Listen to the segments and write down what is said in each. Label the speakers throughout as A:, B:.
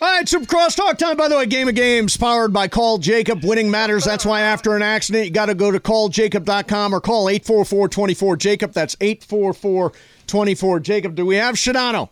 A: All right, some crosstalk time. By the way, Game of Games powered by Call Jacob. Winning matters. That's why after an accident, you got to go to calljacob.com or call 844 24 Jacob. That's 844 24 Jacob. Do we have Shadano?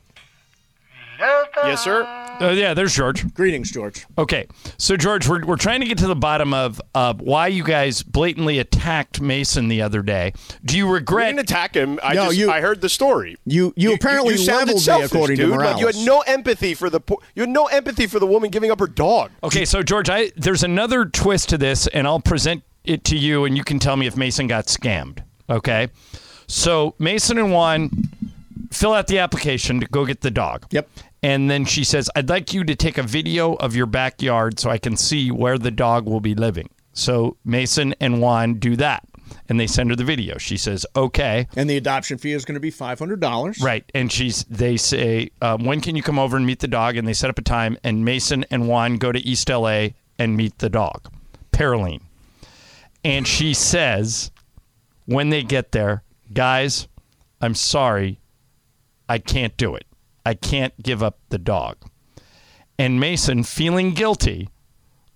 B: Yes, sir.
C: Uh, yeah, there's George.
A: Greetings, George.
C: Okay, so George, we're, we're trying to get to the bottom of uh, why you guys blatantly attacked Mason the other day. Do you
B: I
C: regret?
B: didn't attack him. I
A: No,
B: just
A: you-
B: I heard the story.
A: You you, apparently leveled
B: sounded
A: me
B: selfish,
A: according
B: dude.
A: to Morales.
B: Like you had no empathy for the po- you had no empathy for the woman giving up her dog.
C: okay, so George, I there's another twist to this, and I'll present it to you, and you can tell me if Mason got scammed. Okay, so Mason and Juan fill out the application to go get the dog.
A: Yep.
C: And then she says, "I'd like you to take a video of your backyard so I can see where the dog will be living." So Mason and Juan do that, and they send her the video. She says, "Okay."
A: and the adoption fee is going to be $500.
C: Right, and she's. They say, uh, "When can you come over and meet the dog?" And they set up a time. And Mason and Juan go to East LA and meet the dog, Paroline. And she says, when they get there, guys, I'm sorry, I can't do it. I can't give up the dog. And Mason, feeling guilty,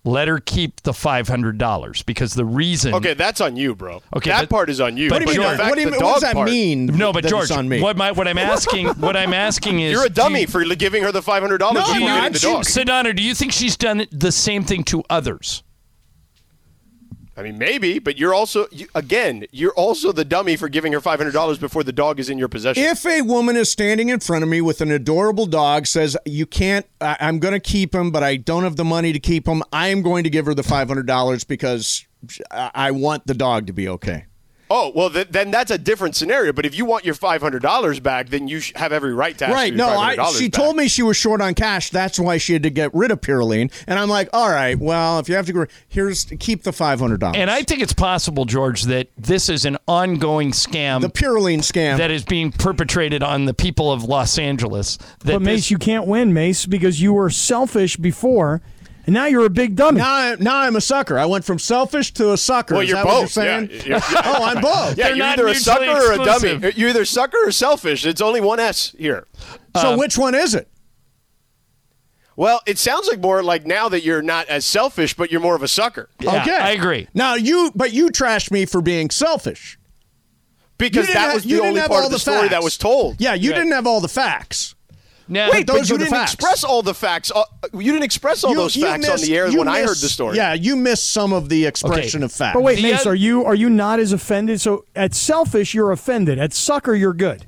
C: let her keep the five hundred dollars because the reason.
B: Okay, that's on you, bro.
C: Okay,
B: that
C: but-
B: part is on you.
C: What do
A: What, do you
B: but
C: George-
A: mean,
B: the fact
A: what, do you,
B: the
A: what
B: dog
A: does that
B: part-
A: mean?
C: No, but
A: that
C: George,
A: it's on me.
C: what my what I'm asking, what I'm asking is,
B: You're a
C: do you-
B: dummy for giving her the five hundred dollars
A: No,
C: Oh,
B: for
A: I'm
B: getting
A: not.
B: the
A: She-
B: dog.
C: Sedona, do you think she's done the same thing to others?
B: I mean, maybe, but you're also you, again, you're also the dummy for giving her five hundred dollars before the dog is in your possession.
A: If a woman is standing in front of me with an adorable dog, says, You can't, I, I'm going to keep him, but I don't have the money to keep him, I am going to give her the $500 because I, I want the dog to be okay.
B: oh well, th- then that's a different scenario. But if you want your five hundred dollars back, then you sh- have every right to ask
A: right.
B: for your
A: No, I,
B: $500
A: she
B: back.
A: told me she was short on cash. That's why she had to get rid of Pyrrhine. And I'm like, All right, well, if you have to, go, here's, keep the $500.
C: And I think it's possible, George, that this is an ongoing scam
A: the Pyrrhine scam.
C: that is being perpetrated on the people of Los Angeles. That
D: But
C: this-
D: Mace, you can't win, Mace, because you were selfish before, and now you're a big dummy.
A: now, I, now I'm a sucker. I went from selfish to a sucker.
B: Well,
A: Is
B: you're
A: that
B: both.
A: What you're saying?
B: Yeah, you're-
A: oh, I'm both.
B: Yeah,
C: They're
B: you're
C: not
B: either a
C: mutually
B: sucker or a
C: exclusive.
B: dummy. You're either sucker or selfish. It's only one S here.
A: So
C: Uh,
A: which one is it?
B: Well, it sounds like more like now that you're not as selfish, but you're more of a sucker.
C: Yeah,
A: okay,
C: I agree.
A: Now you, but you trashed me for being selfish
B: Because
A: You didn't
B: that
A: have-
B: was
A: you
B: the
A: didn't
B: only
A: have
B: part
A: all
B: of the
A: the
B: story that
A: facts.
B: was told.
A: Yeah, you
C: Right.
A: didn't have all the facts.
C: Now,
A: Wait,
B: But
A: Those
B: you
A: are the
B: didn't
A: facts.
B: express all the facts. Uh, you didn't express all
A: You-
B: those
A: you
B: facts on
A: missed-
B: the air
A: you
B: when I heard
A: missed-
B: the story.
A: Yeah, you missed some of the expression of facts.
D: But wait,
C: The
D: Mace,
C: oth-
D: are you are you not as offended? So at selfish, you're offended. At sucker, you're good.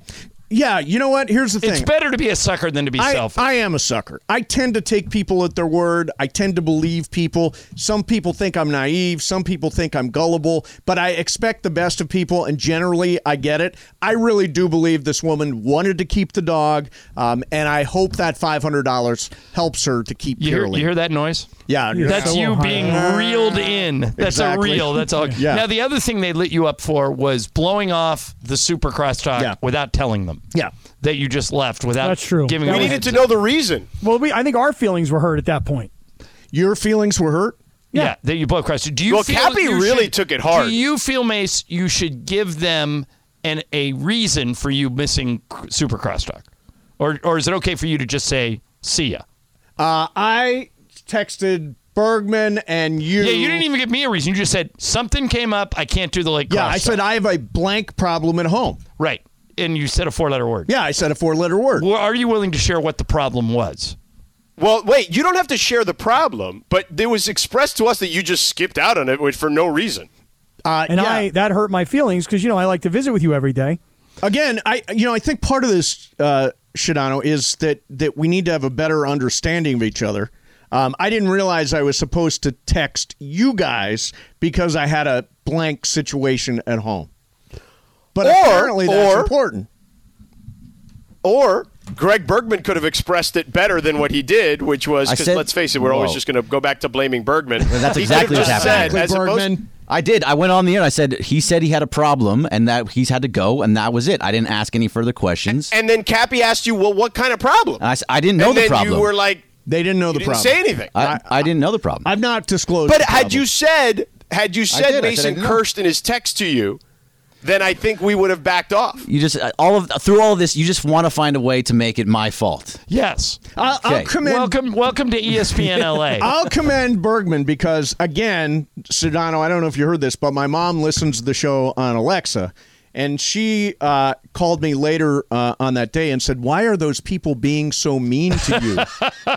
A: yeah, you know what? Here's the
C: it's
A: thing.
C: better to be a sucker than to be
A: I,
C: selfish.
A: I am a sucker. I tend to take people at their word. I tend to believe people. Some people think I'm naive. Some people think I'm gullible, but I expect the best of people, and generally I get it. I really do believe this woman wanted to keep the dog, um, and I hope that $500 helps her to keep
C: you, hear,
A: Purely.
C: you hear that noise?
A: Yeah, you're
C: That's
A: so
C: you
D: Ohio.
C: being reeled in. That's
A: Exactly.
C: a reel. That's all.
A: Yeah.
C: Now, the other thing they lit you up for was blowing off the super crosstalk
A: Yeah.
C: without telling them.
A: Yeah.
C: That you just left without
D: That's true.
C: giving
D: That
C: them
B: we
C: a
D: was-
B: needed
C: heads
B: to
C: up.
B: know the reason.
D: Well, we I think our feelings were hurt at that point.
A: Your feelings were hurt?
C: Yeah, that you blow across. Do you
B: Well,
C: feel
B: Cappy
C: you
B: really
C: should-
B: took it hard.
C: Do you feel Mace? You should give them an a reason for you missing c- Super Crosstalk, or or is it okay for you to just say see ya?
A: Uh, I texted Bergman and you.
C: Yeah, you didn't even give me a reason. You just said something came up. I can't do the late.
A: Yeah, I
C: crosstalk."
A: said I have a blank problem at home.
C: right, and you said a four letter word.
A: Yeah, I said a four letter word.
C: Well, are you willing to share what the problem was?
B: Well, wait, you don't have to share the problem, but it was expressed to us that you just skipped out on it which- for no reason.
A: Uh,
D: And
A: yeah.
D: I that hurt my feelings because you know I like to visit with you every day.
A: again i you know i think part of this uh shadano is that that we need to have a better understanding of each other um, i didn't realize i was supposed to text you guys because i had a blank situation at home but
B: Or-
A: apparently that's
B: or-
A: important
B: Or Greg Bergman could have expressed it better than what he did, which was
E: I
B: because
E: said-
B: let's face it, we're always
E: Whoa.
B: just going to go back to blaming Bergman.
E: That's
B: He could have
E: exactly what's
B: just
E: happening.
B: said, as opposed-
A: Bergman.
E: I did. I went on the air. and I said he said he had a problem and that he's had to go, and that was it. I didn't ask any further questions.
B: and then Cappy asked you, "Well, what kind of problem?"
E: I s- I didn't know
B: and
E: the
B: then
E: problem.
B: You were like,
A: They didn't know the
B: you didn't
A: problem.
B: say anything.
E: I, I didn't know the problem.
A: I've not disclosed.
B: But
A: the
B: had
A: problem.
B: you said, had you
E: did. I
B: said
E: said I
B: Mason
E: didn't know.
B: cursed in his text to you, then I think we would have backed off.
E: you just uh, all of through all of this, you just want to find a way to make it my fault.
C: Yes.
A: I'll, I'll
E: Okay.
A: commend.
C: Welcome, welcome to E ESPN LA.
A: I'll commend Bergman because again, Sedano. I don't know if you heard this, but my mom listens to the show on Alexa, and she uh, called me later uh, on that day and said, "Why are those people being so mean to you?"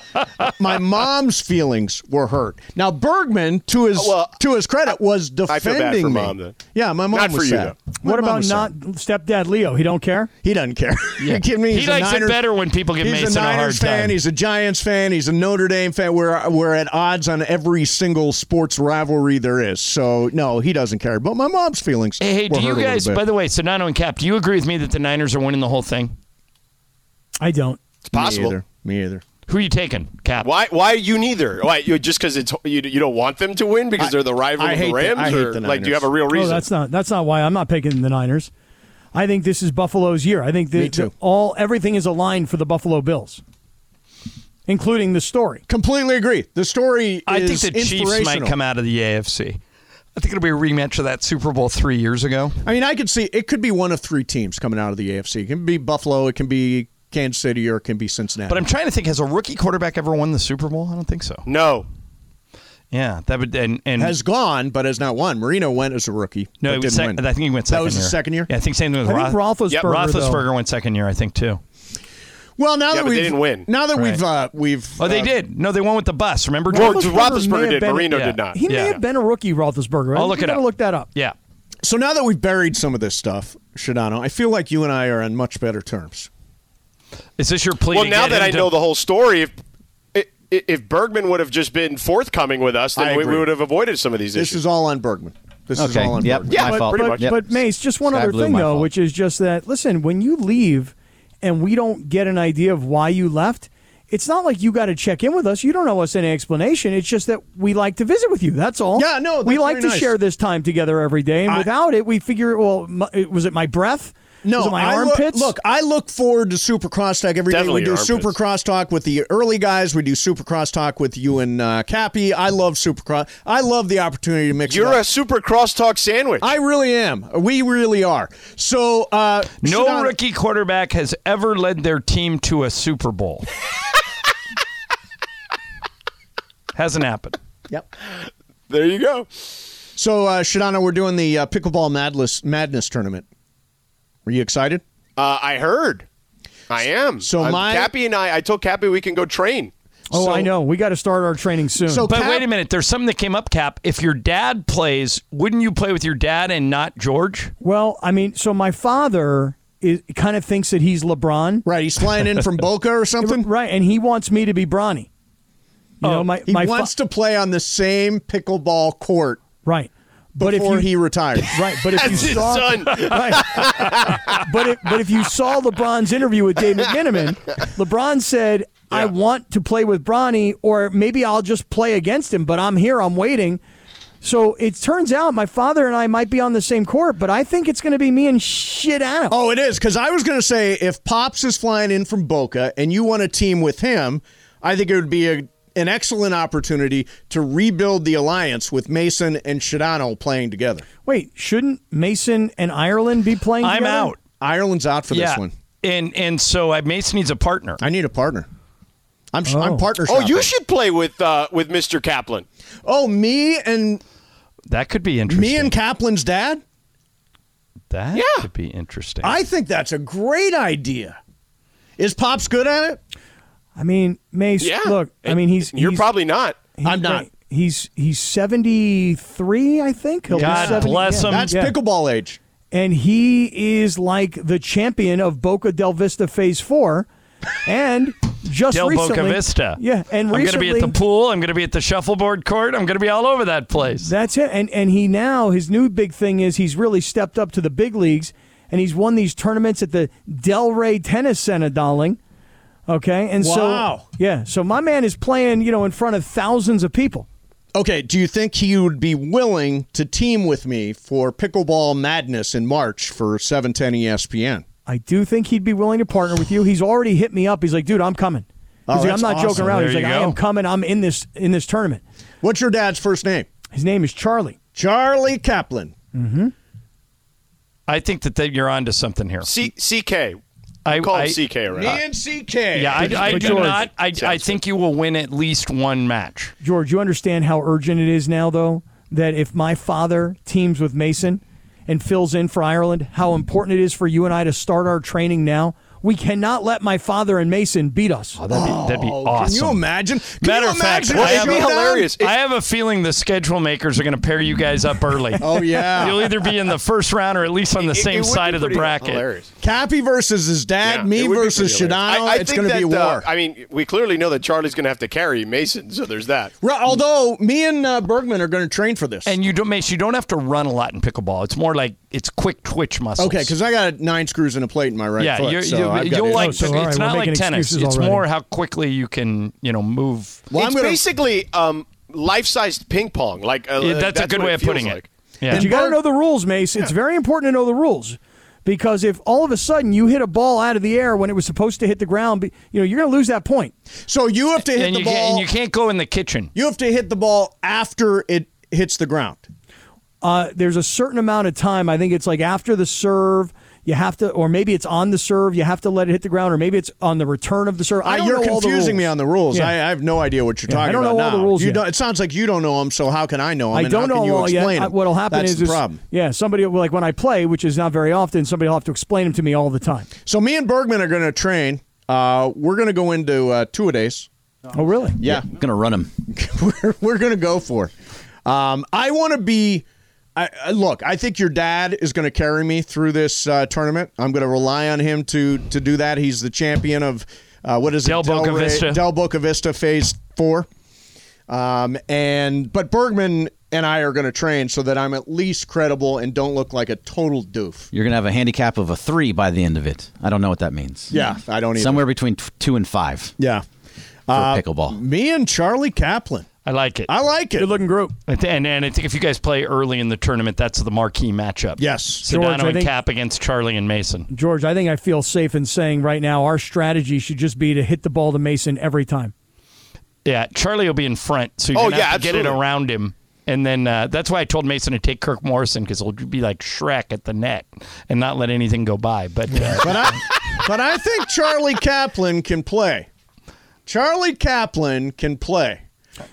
A: my mom's feelings were hurt. Now Bergman, to his
B: Well,
A: to his credit, was
B: I feel
A: defending
B: bad for
A: me.
B: Mom, then.
A: Yeah, my mom
B: Not
A: was
B: for you,
A: sad.
B: though.
A: My
D: What
A: mom
D: about
A: was
D: not
A: sad.
D: stepdad Leo? He don't care.
A: He doesn't care. you kidding me?
C: He
A: He's a
C: likes it
A: Niners-
C: better when people give
A: He's
C: Mason
A: a
C: a hard
A: Niners fan.
C: time.
A: He's a Giants fan. He's a Notre Dame fan. We're we're at odds on every single sports rivalry there is. So no, he doesn't care. But my mom's feelings.
C: Hey, hey,
A: were
C: do you
A: hurt a little
C: guys?
A: bit.
C: By the way, Sonano and Cap, do you agree with me that the Niners are winning the whole thing?
D: I don't.
B: It's
A: Me
B: possible.
A: either. Me either.
C: Who are you taking, Cap?
B: Why? Why you neither? Why you just because it's you, you don't want them to win because they're the rival
A: I
B: of the
A: hate the-
B: Rams,
A: I hate
B: or
A: the
B: like do
A: Niners.
B: you
A: Oh,
B: have a real
D: No,
B: reason?
D: Oh, that's not. That's not why I'm not picking the Niners. I think this is Buffalo's year. I think the,
A: Me too.
D: the- all everything is aligned for the Buffalo Bills, including the story.
A: Completely agree. The story.
C: I think
A: is
C: the Chiefs might
A: inspirational.
C: come out of the AFC. I think it'll be a rematch of that Super Bowl three years ago.
A: I mean, I could see it could be one of three teams coming out of the AFC. It can be Buffalo. It can be Kansas City, or it can be Cincinnati.
C: But I'm trying to think: has a rookie quarterback ever won the Super Bowl? I don't think so.
B: no.
C: Yeah, that would and and
A: has gone, but has not won. Marino went as a rookie.
C: no,
A: but
C: it was
A: didn't
C: sec-
A: win.
C: I think he went
A: That
C: second.
A: was
C: year.
A: his second year.
C: Yeah, I think same thing with
D: I think
C: Roth-
D: Roethlisberger,
C: Yep, Roethlisberger went second year, I think too.
A: Well, now that
B: but they
A: we've
B: didn't win.
A: Now that
C: Right.
A: we've uh, we've
C: Oh, they
A: uh,
C: did. No, they won with the bus. Remember,
B: Well,
C: George?
D: may
B: Roethlisberger
D: have
B: did.
D: been-
B: Marino
C: yeah.
B: did not.
D: He may
C: Yeah.
D: have been a rookie, Roethlisberger. I
C: I'll
D: think
C: look
D: you
C: it
D: gotta
C: up.
D: Look that up.
C: Yeah.
A: So now that we've buried some of this stuff, Shadano, I feel like you and I are on much better terms.
C: Is this your plea?
B: Well,
C: to
B: now
C: get
B: that
C: him
B: I
C: to-
B: know the whole story, if i- i- if Bergman would have just been forthcoming with us,
A: I
B: then we, we
A: agree.
B: would have avoided some of these
A: This
B: issues.
A: is all on Bergman. This is
E: Okay,
A: all on
E: yep.
A: Bergman.
B: yeah,
E: my
B: but-
E: fault.
B: pretty much.
E: Yep.
D: But Mace, just one
E: Sky
D: other
E: blue,
D: thing
E: my
D: though,
E: fault.
D: which is just that listen, when you leave and we don't get an idea of why you left, it's not like you got to check in with us. You don't owe us any explanation. It's just that we like to visit with you. That's all.
A: Yeah, no,
D: we
A: that's
D: like
A: very
D: to
A: nice.
D: share this time together every day, and
A: I-
D: without it, we figure, well, my, was it my breath?
A: No,
D: was it my
A: I look-
D: armpits?
A: Look, I look forward to Super Crosstalk every day.
B: Definitely
A: We do
B: your
A: Super
B: armpits.
A: Crosstalk with the early guys. We do Super Crosstalk with you and uh, Cappy. I love Super Cross. I love the opportunity to mix. it
B: You're
A: up.
B: a super crosstalk sandwich.
A: I really am. We really are. So uh,
C: No
A: Shadano-
C: rookie quarterback has ever led their team to a Super Bowl. Hasn't happened.
A: Yep.
B: there you go.
A: So uh, Shadano, we're doing the uh, pickleball madness madness tournament. Are you excited?
B: Uh, I heard. I am.
A: So
B: I'm-
A: my-
B: Cappy and I. I told Cappy we can go train.
D: oh,
A: so-
D: I know. We got to start our training soon.
A: So
C: But
A: Cap-
C: wait a minute, there's something that came up, Cap. If your dad plays, wouldn't you play with your dad and not George?
D: well, I mean, so my father is kind of thinks that he's LeBron,
A: Right, he's flying in from Boca or something.
D: right? And he wants me to be Bronny. You know, my
A: He
D: my fa-
A: wants to play on the same pickleball court
D: Right. But if
A: before
D: you,
A: he retires.
D: right, but if you
B: That's his
D: saw,
B: son.
D: right. but if, but if you saw LeBron's interview with Dave McMiniman, LeBron said, "I want to play with Bronny, or maybe I'll just play against him, but I'm here, I'm waiting." So it turns out my father and I might be on the same court, but I think it's going to be me and shit Adam.
A: oh, it is because I was going to say if Pops is flying in from Boca and you want a team with him, I think it would be a, an excellent opportunity to rebuild the alliance with Mason and Shadano playing together.
D: Wait, shouldn't Mason and Ireland be playing?
C: I'm
D: together?
C: out.
A: Ireland's out for
C: yeah.
A: this one.
C: And and so I, Mason needs a partner.
A: I need a partner. I'm sh I'm partner.
B: Oh, you
A: shopping.
B: should play with uh, with Mr. Kaplan.
A: Oh, me and
C: That could be interesting.
A: me and Kaplan's dad.
C: that
B: Yeah.
C: could be interesting.
A: I think that's a great idea. Is Pops good at it?
D: I mean, Mace.
B: Yeah.
D: Look, I
B: And
D: mean, he's
B: You're
D: he's-
B: probably not.
D: he's-
A: I'm not.
D: He's he's 73, I think. He'll be
C: God
D: 70
C: bless
D: yeah.
C: him.
A: That's
D: Yeah.
A: pickleball age.
D: and he is like the champion of Boca Del Vista Phase Four, and just
C: Del
D: recently,
C: Boca Vista.
D: Yeah,
C: I'm
D: and
C: going to
D: recently
C: be at the pool. I'm going to be at the shuffleboard court. I'm going to be all over that place.
D: That's it. And and he now his new big thing is he's really stepped up to the big leagues, and he's won these tournaments at the Delray Tennis Center, darling. Okay, and
A: Wow.
D: so yeah, so my man is playing, you know, in front of thousands of people.
A: Okay, do you think he would be willing to team with me for pickleball madness in March for E 710 ESPN?
D: I do think he'd be willing to partner with you. He's already hit me up. He's like, dude, I'm coming. He's like, I'm
A: that's
D: not
A: awesome.
D: joking around.
C: Oh, There
D: He's
C: you
D: like, I
C: go.
D: am coming. I'm in this in this tournament.
A: What's your dad's first name?
D: His name is Charlie.
A: Charlie Kaplan.
C: I think that they, you're onto something here.
B: C- CK.
C: I-
B: I call
C: I-
B: him CK
A: Me
B: already.
A: and CK.
C: Yeah, I, I
D: But
C: do
D: George-
C: not. I, I think you will win at least one match.
D: George, you understand how urgent it is now, though, that if my father teams with Mason and fills in for Ireland, how important it is for you and I to start our training now. We cannot let my father and Mason beat us.
C: That'd be, that'd be awesome.
A: Can Oh, you imagine? Can
C: Matter
A: you
C: of fact,
A: imagine
C: I
A: if
C: have
A: we
C: a-
A: done-
B: hilarious.
C: I have a feeling the schedule makers are going to pair you guys up early.
A: Oh, yeah.
C: You'll either be in the first round or at least on the
B: It- it
C: same
B: would be
C: side of the
B: pretty
C: bracket.
B: hilarious.
A: Cappy versus his dad,
B: Yeah, it
A: me
B: would be
A: versus
B: pretty
A: Shadano.
B: hilarious. I- I
A: it's
B: think
A: going to be a
B: that, uh,
A: war.
B: I mean, we clearly know that Charlie's going to have to carry Mason, so there's that.
A: Ru- Although me and uh, Bergman are going to train for this.
C: And you don't, Mace, you don't have to run a lot in pickleball. It's more like it's quick twitch muscles.
A: okay, because I got nine screws in a plate in my right
C: yeah,
A: foot.
C: you're,
A: so
C: you're-
A: I've got
C: you'll
A: it.
C: like.
D: Oh, so
C: pick-
D: all right,
C: it's
D: we're
C: not like
D: making
C: tennis.
D: excuses
C: It's
D: already.
C: more how quickly you can, you know, move.
A: Well, I'm
B: it's
A: gonna-
B: basically um, life-sized ping pong. Like uh,
C: Yeah, that's, a good
B: what
C: way of
B: feels
C: putting
B: like.
C: it. Yeah.
D: But you got to know the rules, Mace. It's very important to know the rules because if all of a sudden you hit a ball out of the air when it was supposed to hit the ground, be- you know you're going to lose that point.
A: So you have to hit
C: and,
A: the
C: you
A: ball.
C: can't, and you can't go in the kitchen.
A: you have to hit the ball after it hits the ground.
D: Uh, there's a certain amount of time. I think it's like after the serve. You have to, or maybe it's on the serve. You have to let it hit the ground, or maybe it's on the return of the serve.
A: Uh,
D: I don't
A: you're
D: know all the
A: confusing me
D: rules.
A: on the rules.
D: Yeah.
A: I, I have no idea what you're
D: Yeah,
A: talking
D: I don't
A: about.
D: know all the
A: now.
D: rules
A: You
D: yet.
A: don't- it sounds like you don't know them, so how can I know them?
D: I
A: and
D: don't
A: how
D: know
A: can you
D: all yet.
A: explain
D: I-
A: them?
D: What'll happen
A: That's
D: is,
A: the
D: is-
A: problem.
D: yeah, somebody will- like when I play, which is not very often, somebody will have to explain them to me all the time.
A: So me and Bergman are going to train. Uh, we're going to go into uh, two a days.
D: Oh, really?
A: Yeah,
E: I'm gonna run him.
A: we're, we're going to go for. Um, I want to be. I, I- look, I think your dad is going to carry me through this uh, tournament. I'm going to rely on him to to do that. He's the champion of uh, what is
C: Del
A: it?
C: Boca
A: Rey-
C: Vista.
A: Del Boca Vista Phase Four. Um, and but Bergman and I are going to train so that I'm at least credible and don't look like a total doof.
E: You're gonna have a handicap of a three by the end of it. I don't know what that means.
A: Yeah, I don't either.
E: Somewhere between t- two and five
A: Yeah,
E: for pickleball.
A: me and Charlie Kaplan.
C: I like it.
A: I like it.
D: Good looking group.
C: I th- and, and I think if you guys play early in the tournament, that's the marquee matchup.
A: Yes.
C: Sedano
D: George, I
C: and
D: think-
C: Cap against Charlie and Mason.
D: George, I think I feel safe in saying right now our strategy should just be to hit the ball to Mason every time.
C: Yeah, Charlie will be in front, so you're
B: Oh,
C: gonna
B: yeah,
C: have to get it
B: absolutely.
C: around him. And then uh, that's why I told Mason to take Kirk Morrison because he'll be like Shrek at the net and not let anything go by. But uh,
A: But I, but I think Charlie Kaplan can play. Charlie Kaplan can play.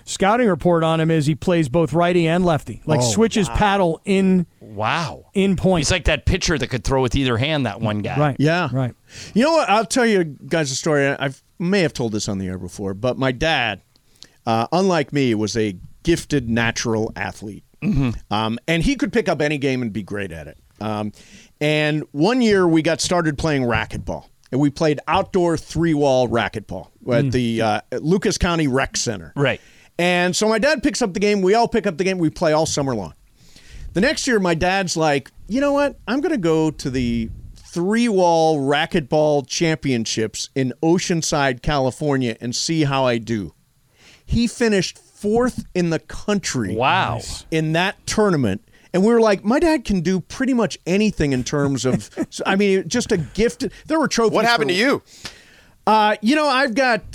D: Scouting report on him is he plays both righty and lefty, like switches paddle in
C: wow,
D: in point.
C: he's like that pitcher that could throw with either hand. That one guy.
D: right?
A: Yeah.
D: right.
A: You know what? I'll tell you guys a story. I may have told this on the air before, but my dad, uh, unlike me, was a gifted natural athlete.
D: Mm-hmm.
A: Um, and he could pick up any game and be great at it. Um, and one year we got started playing racquetball. And we played outdoor three wall racquetball at
D: Mm.
A: the uh, at Lucas County Rec Center.
C: Right.
A: And so my dad picks up the game. We all pick up the game. We play all summer long. The next year, my dad's like, you know what? I'm going to go to the three wall racquetball championships in Oceanside, California, and see how I do. He finished fourth in the country.
C: Wow.
A: In that tournament. And we were like, my dad can do pretty much anything in terms of, I mean, just a gift. There were trophies.
B: What happened
A: for-
B: to you?
A: Uh, you know, I've got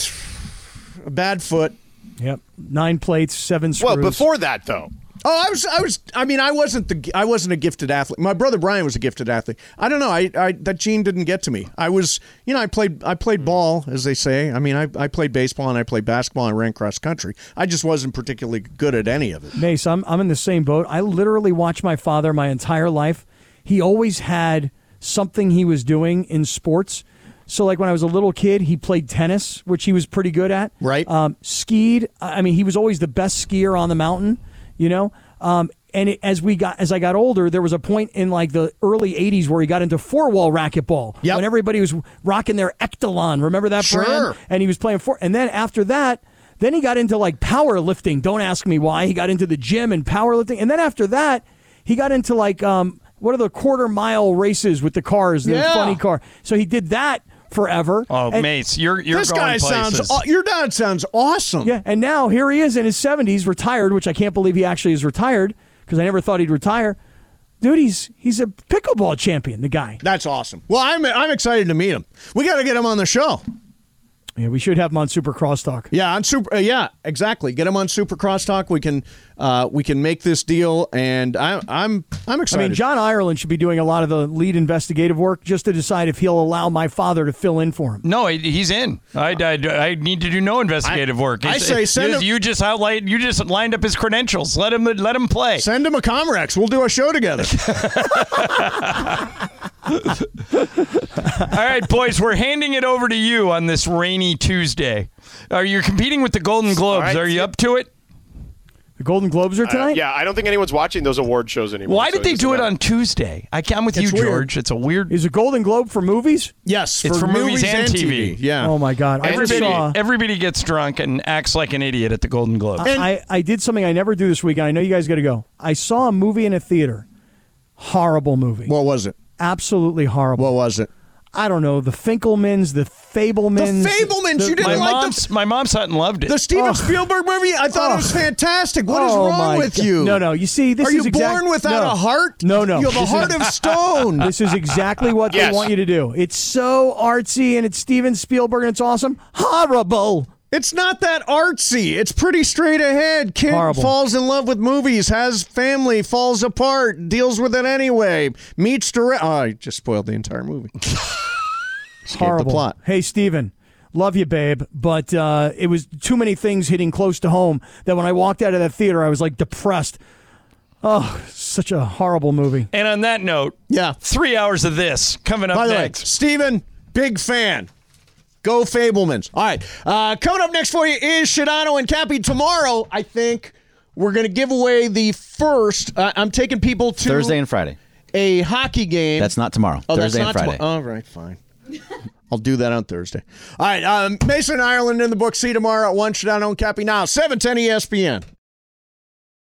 A: a bad foot.
D: Yep. Nine plates, seven screws.
B: Well, before that though,
A: Oh, I was, I was, I mean, I wasn't the, I wasn't a gifted athlete. My brother Brian was a gifted athlete. I don't know. I, I that gene didn't get to me. I was, you know, I played, I
D: Hmm.
A: played ball, as they say. I mean, I, I played baseball and I played basketball and I ran cross country. I just wasn't particularly good at any of it.
D: Mace, I'm I'm in the same boat. I literally watched my father my entire life. He always had something he was doing in sports. So like when I was a little kid, he played tennis, which he was pretty good at.
A: Right.
D: Um, skied. I I mean, he was always the best skier on the mountain. You know. Um, and it, as we got as I got older, there was a point in like the early '80s where he got into four wall racquetball.
A: Yep.
D: When everybody was rocking their Ectalon. Remember that
A: Sure.
D: brand? and he was playing for and then after that then he got into like powerlifting don't ask me why he got into the gym and powerlifting and then after that he got into like um what are the quarter mile races with the cars the
A: Yeah.
D: funny car so he did that forever.
C: Oh,
D: and,
C: mates, you're you're
A: this
C: going
A: guy
C: places.
A: sounds. aw- your dad sounds awesome.
D: Yeah, and now here he is in his 70s, retired, which I can't believe he actually is retired because I never thought he'd retire. Dude, he's he's a pickleball champion, the guy.
A: That's awesome. Well, I'm I'm excited to meet him. We got to get him on the show.
D: Yeah, we should have him on Super Crosstalk.
A: Yeah, on super. Uh, yeah, exactly. Get him on Super Crosstalk. We can uh, we can make this deal, and I, I'm I'm
D: I
A: excited.
D: mean, John Ireland should be doing a lot of the lead investigative work just to decide if he'll allow my father to fill in for him.
C: No, he- he's in. I, I, I need to do no investigative work.
A: I
C: It's-
A: say send
C: you,
A: him-
C: you just outlined. You just lined up his credentials. Let him let him play.
A: Send him a Comrex. We'll do a show together.
C: All right, boys, we're handing it over to you on this rainy Tuesday. Are you competing with the Golden Globes?
B: right,
C: Are
B: see
C: you
B: ya.
C: up to it?
D: The Golden Globes
A: Uh,
D: are tonight?
B: Yeah, I don't think anyone's watching those award shows anymore.
C: Why
B: so
C: did they
B: doesn't
C: do it
B: matter.
C: on Tuesday? I, I'm with you,
A: weird.
C: George. It's a weird.
D: Is a Golden Globe for movies?
A: yes,
C: It's for movies and TV.
A: Yeah.
D: Oh, my God. I just
C: Everybody,
D: saw.
C: everybody gets drunk and acts like an idiot at the Golden Globes.
D: I, I did something I never do this week. and I know you guys got to go. I saw a movie in a theater. Horrible movie.
A: What was it?
D: Absolutely horrible.
A: What was it?
D: I don't know. The Finkelmans, the Fablemans.
A: The Fablemans. you didn't
C: my
A: like
C: mom's my mom's hot and loved it.
A: the the Steven Spielberg movie? I thought it was fantastic. What is
D: Oh,
A: wrong
D: my
A: with
D: God.
A: you?
D: No, no. You see, this
A: Are
D: is
A: you
D: exact-
A: born without
D: no.
A: a heart?
D: No, no.
A: You have a
D: This is-
A: heart of stone.
D: This is exactly what
B: Yes.
D: they want you to do. It's so artsy and it's Steven Spielberg and it's awesome. Horrible.
A: It's not that artsy. It's pretty straight ahead. Kid
D: Horrible.
A: falls in love with movies, has family, falls apart, deals with it anyway, meets direct. Oh, I just spoiled the entire movie.
D: Horrible.
A: plot.
D: Hey, Steven. Love you, babe, but uh, it was too many things hitting close to home that when I walked out of that theater, I was like depressed. Oh, such a horrible movie.
C: and on that note,
A: Yeah.
C: three hours of this coming up
A: By the way,
C: next.
A: Steven, big fan. Go Fablemans. All right. Uh, coming up next for you is Shadano and Cappy. Tomorrow, I think we're going to give away the first. Uh, I'm taking people to
E: Thursday and Friday.
A: a hockey game.
E: That's not tomorrow.
A: Oh,
E: Thursday
A: that's not
E: and Friday.
A: tomo- All right, fine. I'll do that on Thursday. All right, um, Mason Ireland in the book. See you tomorrow at 1. Shadano and Cappy now, E 710 ESPN.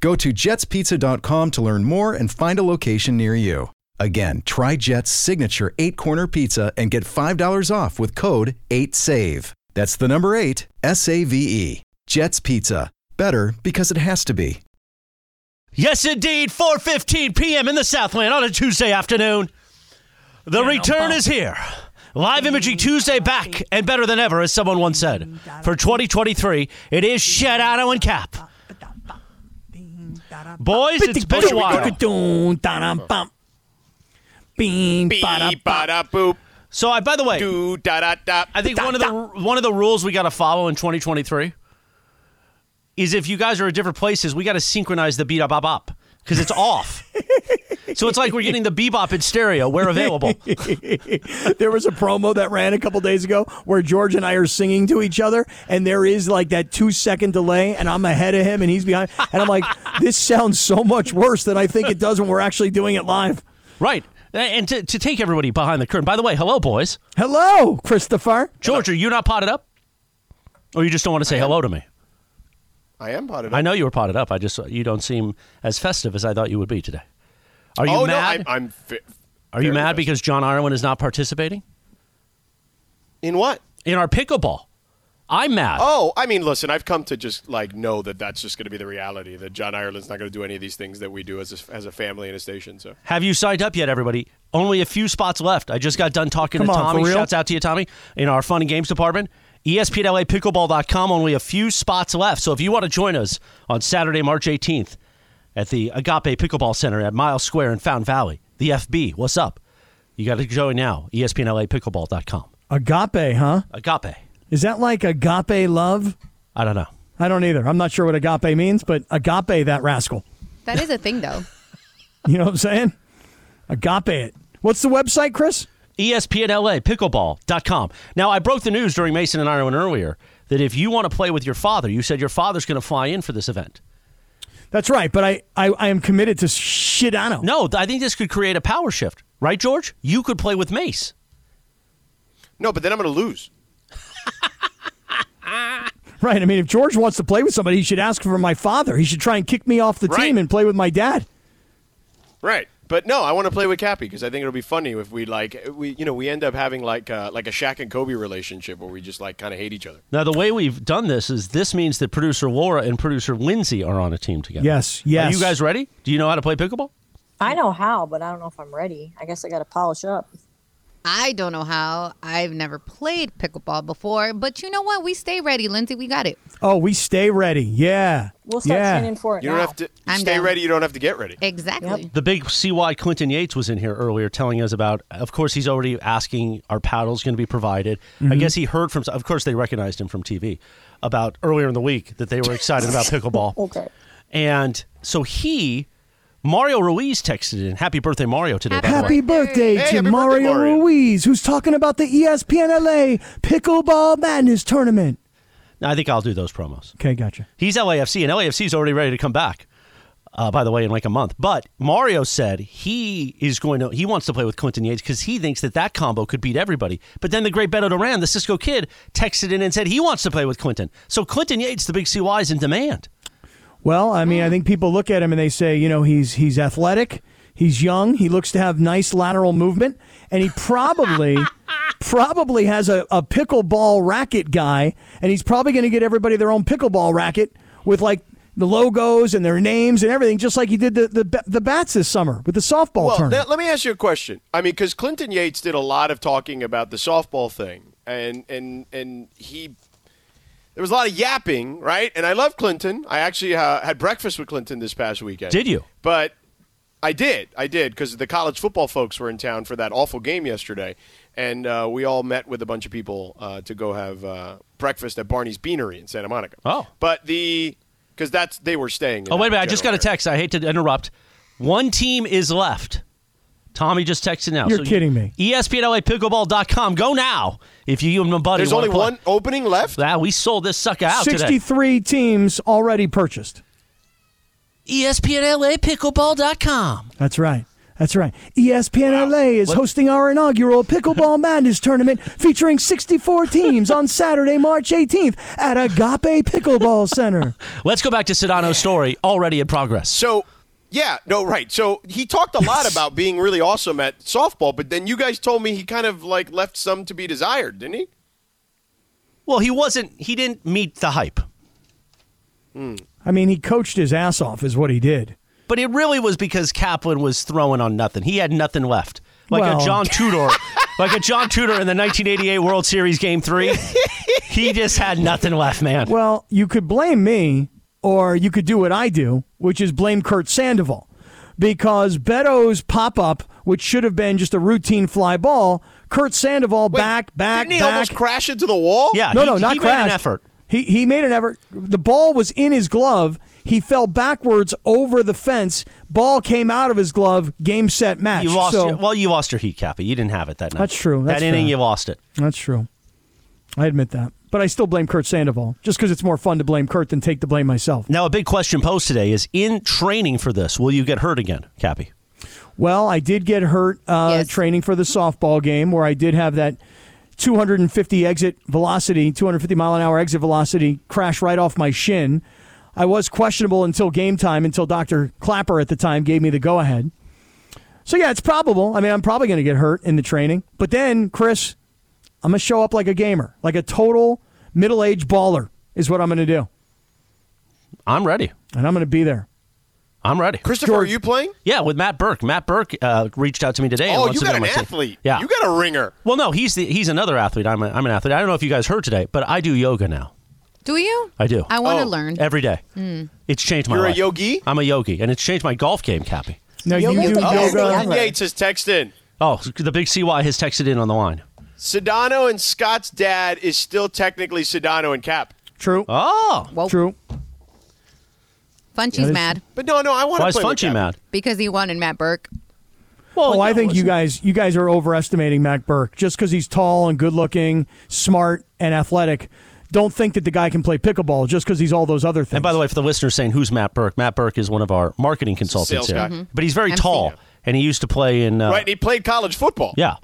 F: Go to jetspizza.com to learn more and find a location near you. Again, try Jet's signature eight corner pizza and get $5 off with code 8SAVE. That's the number eight, S A V E. Jet's Pizza. Better because it has to be.
G: Yes, indeed. 4:15 p.m. in the Southland on a Tuesday afternoon. The return is here. Live Imagery Tuesday back and better than ever, as someone once said. For 2023, it is Shadow and Cap. Boys, it's been a while.
B: Beep, bada, boop,
G: So, I, by the way,
B: doo, da, da, da.
G: I think one of the one of the rules we got to follow in 2023 is if you guys are at different places, we got to synchronize the beat up up up because it's off. so it's like we're getting the bebop in stereo where available.
D: there was a promo that ran a couple days ago where George and I are singing to each other, and there is like that two second delay, and I'm ahead of him, and he's behind, and I'm like, this sounds so much worse than I think it does when we're actually doing it live.
G: Right. And to, to take everybody behind the curtain. By the way, hello, boys.
D: Hello, Christopher.
G: George, are you not potted up? Or you just don't want to say hello to me?
B: I am potted up.
G: I know you were potted up. I just you don't seem as festive as I thought you would be today. Are you
B: oh,
G: mad?
B: no, I, I'm fi-
G: are you
B: very
G: mad
B: festive.
G: because John Ireland is not participating
B: In what?
G: in our pickleball? I'm mad.
B: Oh, I mean, listen, I've come to just like know that that's just going to be the reality that John Ireland's not going to do any of these things that we do as a, as a family and a station. So
G: Have you signed up yet, everybody? Only a few spots left. I just got done talking
D: Come
G: to
D: on, for
G: Tommy.
D: real?
G: Shouts out to you, Tommy, in our fun and games department.
A: E ESPNLApickleball.com. Only a few spots left. So if you want to join us on Saturday, March 18th at the Agape Pickleball Center at Miles Square in Fountain Valley, the FB, what's up? You got to join now. E ESPNLApickleball.com.
D: Agape, huh?
A: Agape.
D: Is that like agape love?
A: I don't know.
D: I don't either. I'm not sure what agape means, but agape that rascal.
H: That is a thing, though.
D: You know what I'm saying? Agape it. What's the website, Chris?
A: E ESPNLA, pickleball.com. Now, I broke the news during Mason and Ireland earlier that if you want to play with your father, you said your father's going to fly in for this event.
D: That's right, but I, I, I am committed to Shidano.
A: No, th- Oh, I think this could create a power shift, right, George? You could play with Mace.
B: No, but then I'm going to lose.
D: Right. I mean, if George wants to play with somebody, he should ask for my father. He should try and kick me off the
B: Right.
D: team and play with my dad.
B: Right. But no, I want to play with Cappy because I think it'll be funny if we like we you know we end up having like uh, like a Shaq and Kobe relationship where we just like kind of hate each other.
A: Now, the way we've done this is this means that producer Laura and producer Lindsay are on a team together.
D: Yes, yes.
A: Are you guys ready? Do you know how to play pickleball?
I: I know how, but I don't know if I'm ready. I guess I got to polish up.
H: I don't know how. I've never played pickleball before, but you know what? We stay ready, Lindsay. We got it.
D: Oh, we stay ready. Yeah.
I: We'll start
D: yeah.
I: training for it
B: You
I: now.
B: don't have to
H: I'm
B: stay
H: down.
B: ready. You don't have to get ready.
H: Exactly.
A: The big CY Clinton Yates was in here earlier telling us about, of course, he's already asking, are paddles going to be provided? I
D: Mm-hmm.
A: guess he heard from, of course, they recognized him from TV about earlier in the week that they were excited about pickleball.
I: Okay.
A: And so he, Mario Ruiz texted in, happy birthday, Mario, today. by the way.
D: Happy birthday
B: Hey,
D: to
B: happy
D: Mario,
B: birthday, Mario.
D: Ruiz, who's talking about the E ESPN LA Pickleball Madness Tournament.
A: I think I'll do those promos.
D: Okay, gotcha.
A: He's LAFC, and LAFC is already ready to come back. Uh, by the way, in like a month. But Mario said he is going to. He wants to play with Clinton Yates because he thinks that that combo could beat everybody. But then the great Beto Duran, the Cisco kid, texted in and said he wants to play with Clinton. So Clinton Yates, the big CY, is in demand.
D: Well, I mean, I think people look at him and they say, you know, he's he's athletic, he's young, he looks to have nice lateral movement, and he probably probably has a, a pickleball racket guy, and he's probably going to get everybody their own pickleball racket with like the logos and their names and everything, just like he did the the, ba- the bats this summer with the softball
B: Well,
D: tournament.
B: that, let me ask you a question. I mean, because Clinton Yates did a lot of talking about the softball thing, and and and he there was a lot of yapping, right? And I love Clinton. I actually uh, had breakfast with Clinton this past weekend.
A: Did you?
B: But I did. I did because the college football folks were in town for that awful game yesterday, and uh, we all met with a bunch of people uh, to go have uh, breakfast at Barney's Beanery in Santa Monica.
A: Oh.
B: but the because that's they were staying. in
A: Oh wait a
B: that
A: minute! I just got
B: general
A: a text. I hate to interrupt. One team is left. Tommy just texted now. E
D: You're kidding me.
A: ESPNLAPickleball.com. Go now if you and my buddy.
B: area. There's
A: wanna
B: only
A: play.
B: one opening left.
A: Wow, we sold this sucker out today.
D: 63 teams already purchased.
A: E ESPNLAPickleball.com.
D: That's right. That's right. E ESPN LA is hosting our inaugural Pickleball Madness tournament featuring 64 teams on Saturday, March 18th at Agape Pickleball Center.
A: Let's go back to Sedano's story, already in progress.
B: So, yeah, no, right. So he talked a lot about being really awesome at softball, but then you guys told me he kind of like left some to be desired, didn't he?
A: Well, he wasn't, he didn't meet the hype,
D: I mean, he coached his ass off, is what he did.
A: but it really was because Kaplan was throwing on nothing. He had nothing left. Like a
D: Well-
A: John Tudor, like a John Tudor in the 1988 World Series Game 3. he just had nothing left, man.
D: Well, you could blame me, or you could do what I do, which is blame Kurt Sandoval. Because Beto's pop up, which should have been just a routine fly ball, Kurt Sandoval back, back,
B: Didn't he
D: back.
B: almost crash into the wall?
A: yeah,
D: No,
A: he-
D: no, not
A: he made
D: crash.
A: an effort.
D: He he made an effort. The ball was in his glove. He fell backwards over the fence. Ball came out of his glove. Game set match.
A: You lost
D: So-
A: your, well, you lost your heat, Cappy. You didn't have it that night.
D: That's true. That's
A: that inning,
D: fair.
A: you lost it.
D: That's true. I admit that. But I still blame Kurt Sandoval just because it's more fun to blame Kurt than take the blame myself.
A: Now, a big question posed today is in training for this, will you get hurt again, Cappy?
D: Well, I did get hurt uh,
H: Yes.
D: training for the softball game where I did have that 250 exit velocity, 250 mile an hour exit velocity crash right off my shin. I was questionable until game time, until Dr. Clapper at the time gave me the go ahead. So, yeah, it's probable. I mean, I'm probably going to get hurt in the training. But then, Chris, I'm going to show up like a gamer, like a total middle aged baller is what I'm going to do.
A: I'm ready.
D: And I'm going to be there.
C: I'm ready.
B: Christopher, are you playing?
C: Yeah, with Matt Burke. Matt Burke uh, reached out to me today. and
B: Oh,
C: wants
B: you
C: to be
B: got
C: on
B: an
C: my team.
B: athlete.
C: Yeah,
B: You got a ringer.
C: Well, no, he's the, he's another athlete. I'm, a, I'm an athlete. I don't know if you guys heard today, but I do yoga now.
J: Do you?
C: I do.
J: I want to learn.
C: every day.
J: Mm.
C: It's changed my.
B: You're a
C: life.
B: yogi?
C: I'm a yogi, and it's changed my golf game, Cappy.
D: No,
B: you
C: do yoga.
B: Clinton Yates has texted in.
C: Oh, the big CY has texted in on the line.
B: Sedano and Scott's dad is still technically Sedano and Cap.
D: True.
C: Oh,
D: true.
J: Funchy's
D: That is-
J: mad
B: But no, no, I want
D: Why
B: to
D: is
B: play with
D: Funchy
B: Cap.
D: mad?
J: because he wanted Matt Burke.
C: Well,
D: Oh, I think you guys you guys are overestimating Mac Burke just because he's tall and good looking, smart and athletic. Don't think that the guy can play pickleball just because he's all those other things.
C: And by the way, for the listeners saying who's Matt Burke, Matt Burke is one of our marketing consultants
B: Sales
C: here.
B: guy.
J: Mm-hmm.
B: Mhm.
C: But he's very tall, and he used to play in. Uh,
B: Right, and he played college football.
C: Yeah.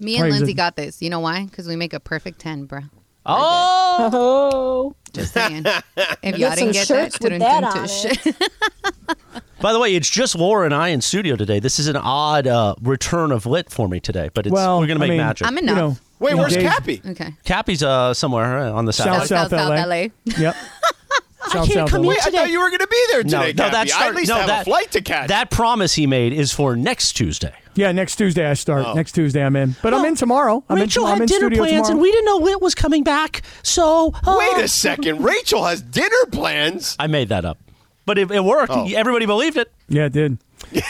J: Me and
C: Right,
J: Lindsay
C: exactly.
J: got this. You know why? Because we make a perfect 10, bruh.
C: Oh.
J: Just saying. if
K: Get
J: y'all
K: some
J: didn't get
K: shirts
J: that,
K: with that
J: dun- dun-
K: on
J: tush.
C: By the way, it's just Laura and I in studio today. This is an odd uh, return of lit for me today, but it's,
D: Well,
C: we're going to
D: I
C: make
D: mean,
C: magic.
J: I'm enough.
B: Wait,
D: You know,
B: where's
D: Dave-
B: Cappy?
J: Okay.
C: Cappy's uh, somewhere uh, on the
D: South
C: south.
D: South,
J: South
D: LA.
J: LA.
D: Yep. South, South LA.
B: Wait, I thought you were going to be there today, Cappy. I at least have a flight to catch.
C: That promise he made is for next Tuesday.
D: Yeah, next Tuesday I
C: Oh.
D: start. Next Tuesday I'm in, but I'm in tomorrow. I'm in,
C: Rachel
D: I'm
C: had
D: in
C: dinner
D: studio
C: plans,
D: tomorrow.
C: and we didn't know Lit was coming back. So uh,
B: Wait a second. Rachel has dinner plans.
C: I made that up, but it, it worked. Everybody believed it.
D: yeah, it did.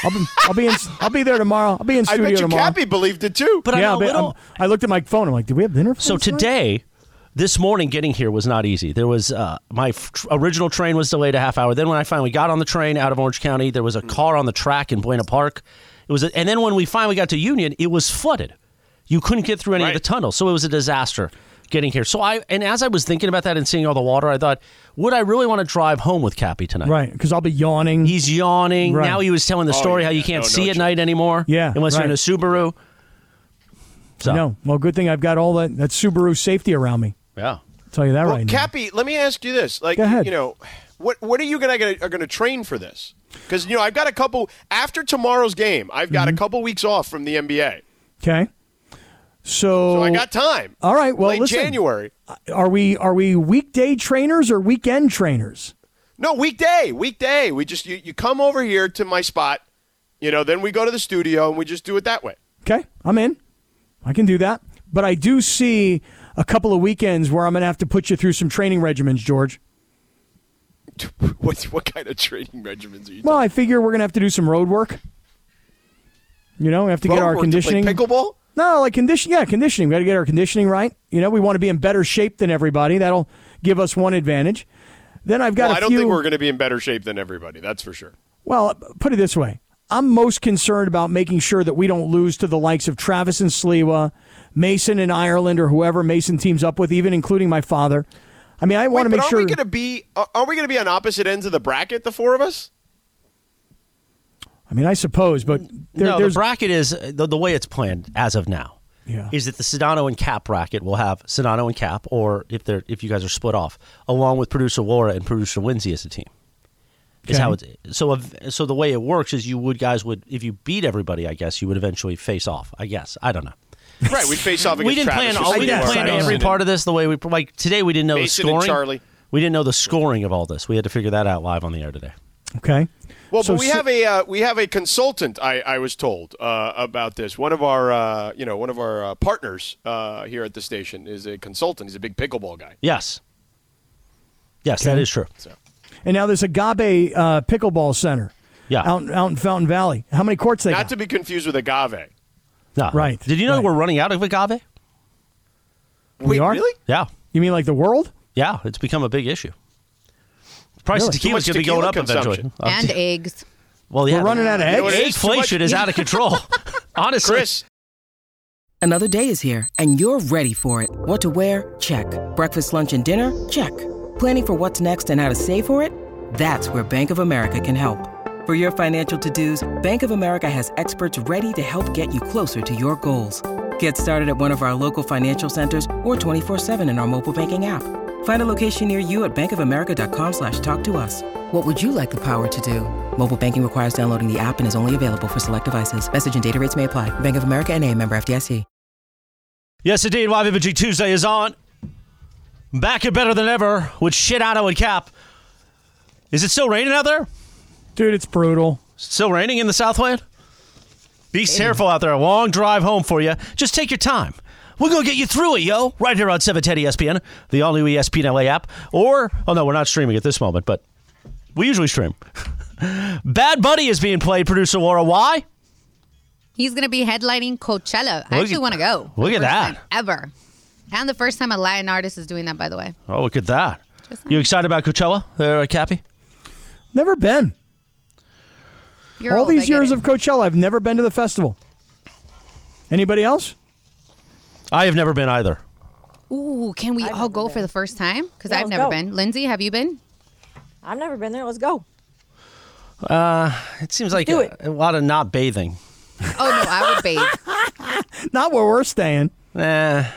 D: I'll be, I'll be in. I'll be there tomorrow. I'll be in
B: I
D: studio
B: bet you
D: tomorrow.
B: Cappy believed it too.
C: But
D: yeah,
C: I'm a
D: but
C: little.
D: I'm- I looked at my phone. I'm like, did we have dinner? for
C: So
D: this tonight?
C: today, this morning, getting here was not easy. There was uh, my f- tr- original train was delayed a half hour. Then when I finally got on the train out of Orange County, there was a car on the track in Buena Park. It was, a, and then when we finally got to Union, it was flooded. You couldn't get through any of the tunnels, so it was a disaster getting here. So I, and as I was thinking about that and seeing all the water, I thought, would I really want to drive home with Cappy tonight?
D: Right, because I'll be yawning.
C: He's yawning.
D: Right.
C: Now he was telling the
B: Oh,
C: story how
B: yeah.
C: you can't
B: No, no
C: see at
B: chance.
C: night anymore.
D: Yeah,
C: unless you're in a
D: right.
C: Subaru. So
D: No, well, good thing I've got all that that Subaru safety around me.
C: yeah.
D: I'll tell you that
B: Well,
D: right now.
B: Cappy, let me ask you this: like,
D: Go ahead.
B: you know, what what are you gonna gonna- are gonna train for this? Because you know, I've got a couple after tomorrow's game. I've got
D: Mm-hmm.
B: a couple weeks off from the NBA,
D: Okay. So,
B: so I got time.
D: All right. Well,
B: late
D: listen.
B: January.
D: Are we are we weekday trainers or weekend trainers?
B: No, weekday, weekday. We just you, you come over here to my spot, you know, then we go to the studio and we just do it that way.
D: Okay, I'm in. I can do that. But I do see a couple of weekends where I'm going to have to put you through some training regimens, George.
B: What what kind of training regimens are you?
D: Well, I figure we're going to have to do some road work. You know, we have to
B: doing?
D: get our
B: Road work to play
D: conditioning.
B: pickleball.
D: No, like condition. Yeah, conditioning. We got to get our conditioning right. You know, we want to be in better shape than everybody. That'll give us one advantage. Then I've got
B: Well,
D: a
B: I don't
D: few.
B: think we're going to be in better shape than everybody. That's for sure.
D: Well, put it this way. I'm most concerned about making sure that we don't lose to the likes of Travis and Sliwa, Mason in Ireland, or whoever Mason teams up with, even including my father. I mean, I want
B: Wait,
D: to make
B: but
D: sure.
B: are we going to be are, are we going to be on opposite ends of the bracket, the four of us?
D: I mean, I suppose, but there,
C: no, the
D: there's
C: bracket is the, the way it's planned as of now.
D: Yeah.
C: Is that the Sedano and Cap bracket will have Sedano and Cap, or if they're if you guys are split off, along with producer Laura and producer Lindsay as a team. Is
D: Okay.
C: how it's so. If, so the way it works is you would guys would if you beat everybody, I guess you would eventually face off. I guess I don't know.
B: Right, we face off against
C: we didn't
B: Travis
C: plan.
B: or
C: All,
B: something.
C: we didn't
D: Yes,
C: plan
D: I don't
C: every
D: know.
C: part of this the way we like today. We didn't know
B: Mason
C: the
B: and
C: scoring.
B: Charlie.
C: We didn't know the scoring of all this. We had to figure that out live on the air today.
D: okay.
B: Well,
D: So
B: but we
D: si-
B: have a uh, we have a consultant. I, I was told uh, about this. One of our uh, you know one of our uh, partners uh, here at the station is a consultant. He's a big pickleball guy.
C: Yes. Yes, that
D: Okay.
C: is true.
D: And now there's Agave uh, Pickleball Center.
C: Yeah.
D: Out out in Fountain Valley. How many courts they
B: Not
D: got?
B: to be confused with agave.
C: No.
D: Right,
C: Did you know
D: right.
C: we're running out of agave?
D: we
B: Wait,
D: are.
B: really?
C: Yeah.
D: You mean like the world?
C: Yeah, it's become a big issue. Price
D: Really?
C: of
D: Too
C: tequila is
B: much
C: going to be going up
B: tequila
C: eventually.
B: consumption.
C: Uh,
J: and eggs.
C: well, yeah,
D: We're running out of
B: You know what
D: eggs.
B: it is? Too much-
C: inflation is out of control. Honestly,
B: Chris,
F: Another day is here, and you're ready for it. What to wear? Check. Breakfast, lunch, and dinner? Check. Planning for what's next and how to save for it? That's where Bank of America can help. For your financial to-dos, Bank of America has experts ready to help get you closer to your goals. Get started at one of our local financial centers or 24-7 in our mobile banking app. Find a location near you at bankofamerica.com slash talk to us. What would you like the power to do? Mobile banking requires downloading the app and is only available for select devices. Message and data rates may apply. Bank of America and a member FDIC.
C: yes, indeed, Live Imaging Tuesday is on. Back and better than ever with shit out and cap. Is it still raining out there?
D: Dude, it's brutal.
A: Still raining in the Southland? Be careful out there. A long drive home for you. Just take your time. We're going to get you through it, yo, right here on E 710 ESPN, the all new E ESPN LA app. Or, oh no, we're not streaming at this moment, but we usually stream. Bad Buddy is being played, producer Laura. Why?
J: He's going to be headlining Coachella. I
A: Look
J: actually
A: at-
J: want to go.
A: Look at that.
J: Ever. And the first time a Latin artist is doing that, by the way.
A: Oh, look at that. You excited about Coachella there, uh, Cappy?
D: Never been.
J: You're
D: All
J: old, I
D: these
J: get
D: years of Coachella, I've never been to the festival. Anybody else?
A: I have never been either.
J: Ooh, can we all go for the first time? Because
I: Yeah,
J: I've
I: let's
J: never
I: go.
J: been. Lindsay, have you been?
I: I've never been there. Let's go.
A: Uh, it seems like
I: Do
A: a, a lot of not bathing.
J: Oh no, I would bathe.
D: Not where we're staying.
A: Eh.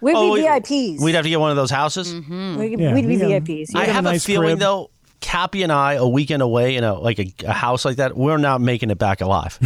I: We'd
A: Oh,
I: be
A: we-
I: VIPs.
A: We'd have to get one of those houses.
J: Mm-hmm.
I: We'd,
A: Yeah,
I: we'd be
A: we have-
I: VIPs.
A: I have a,
I: nice
A: feeling
I: crib.
A: though, Cappy and I, a weekend away in a like a, a house like that, we're not making it back alive.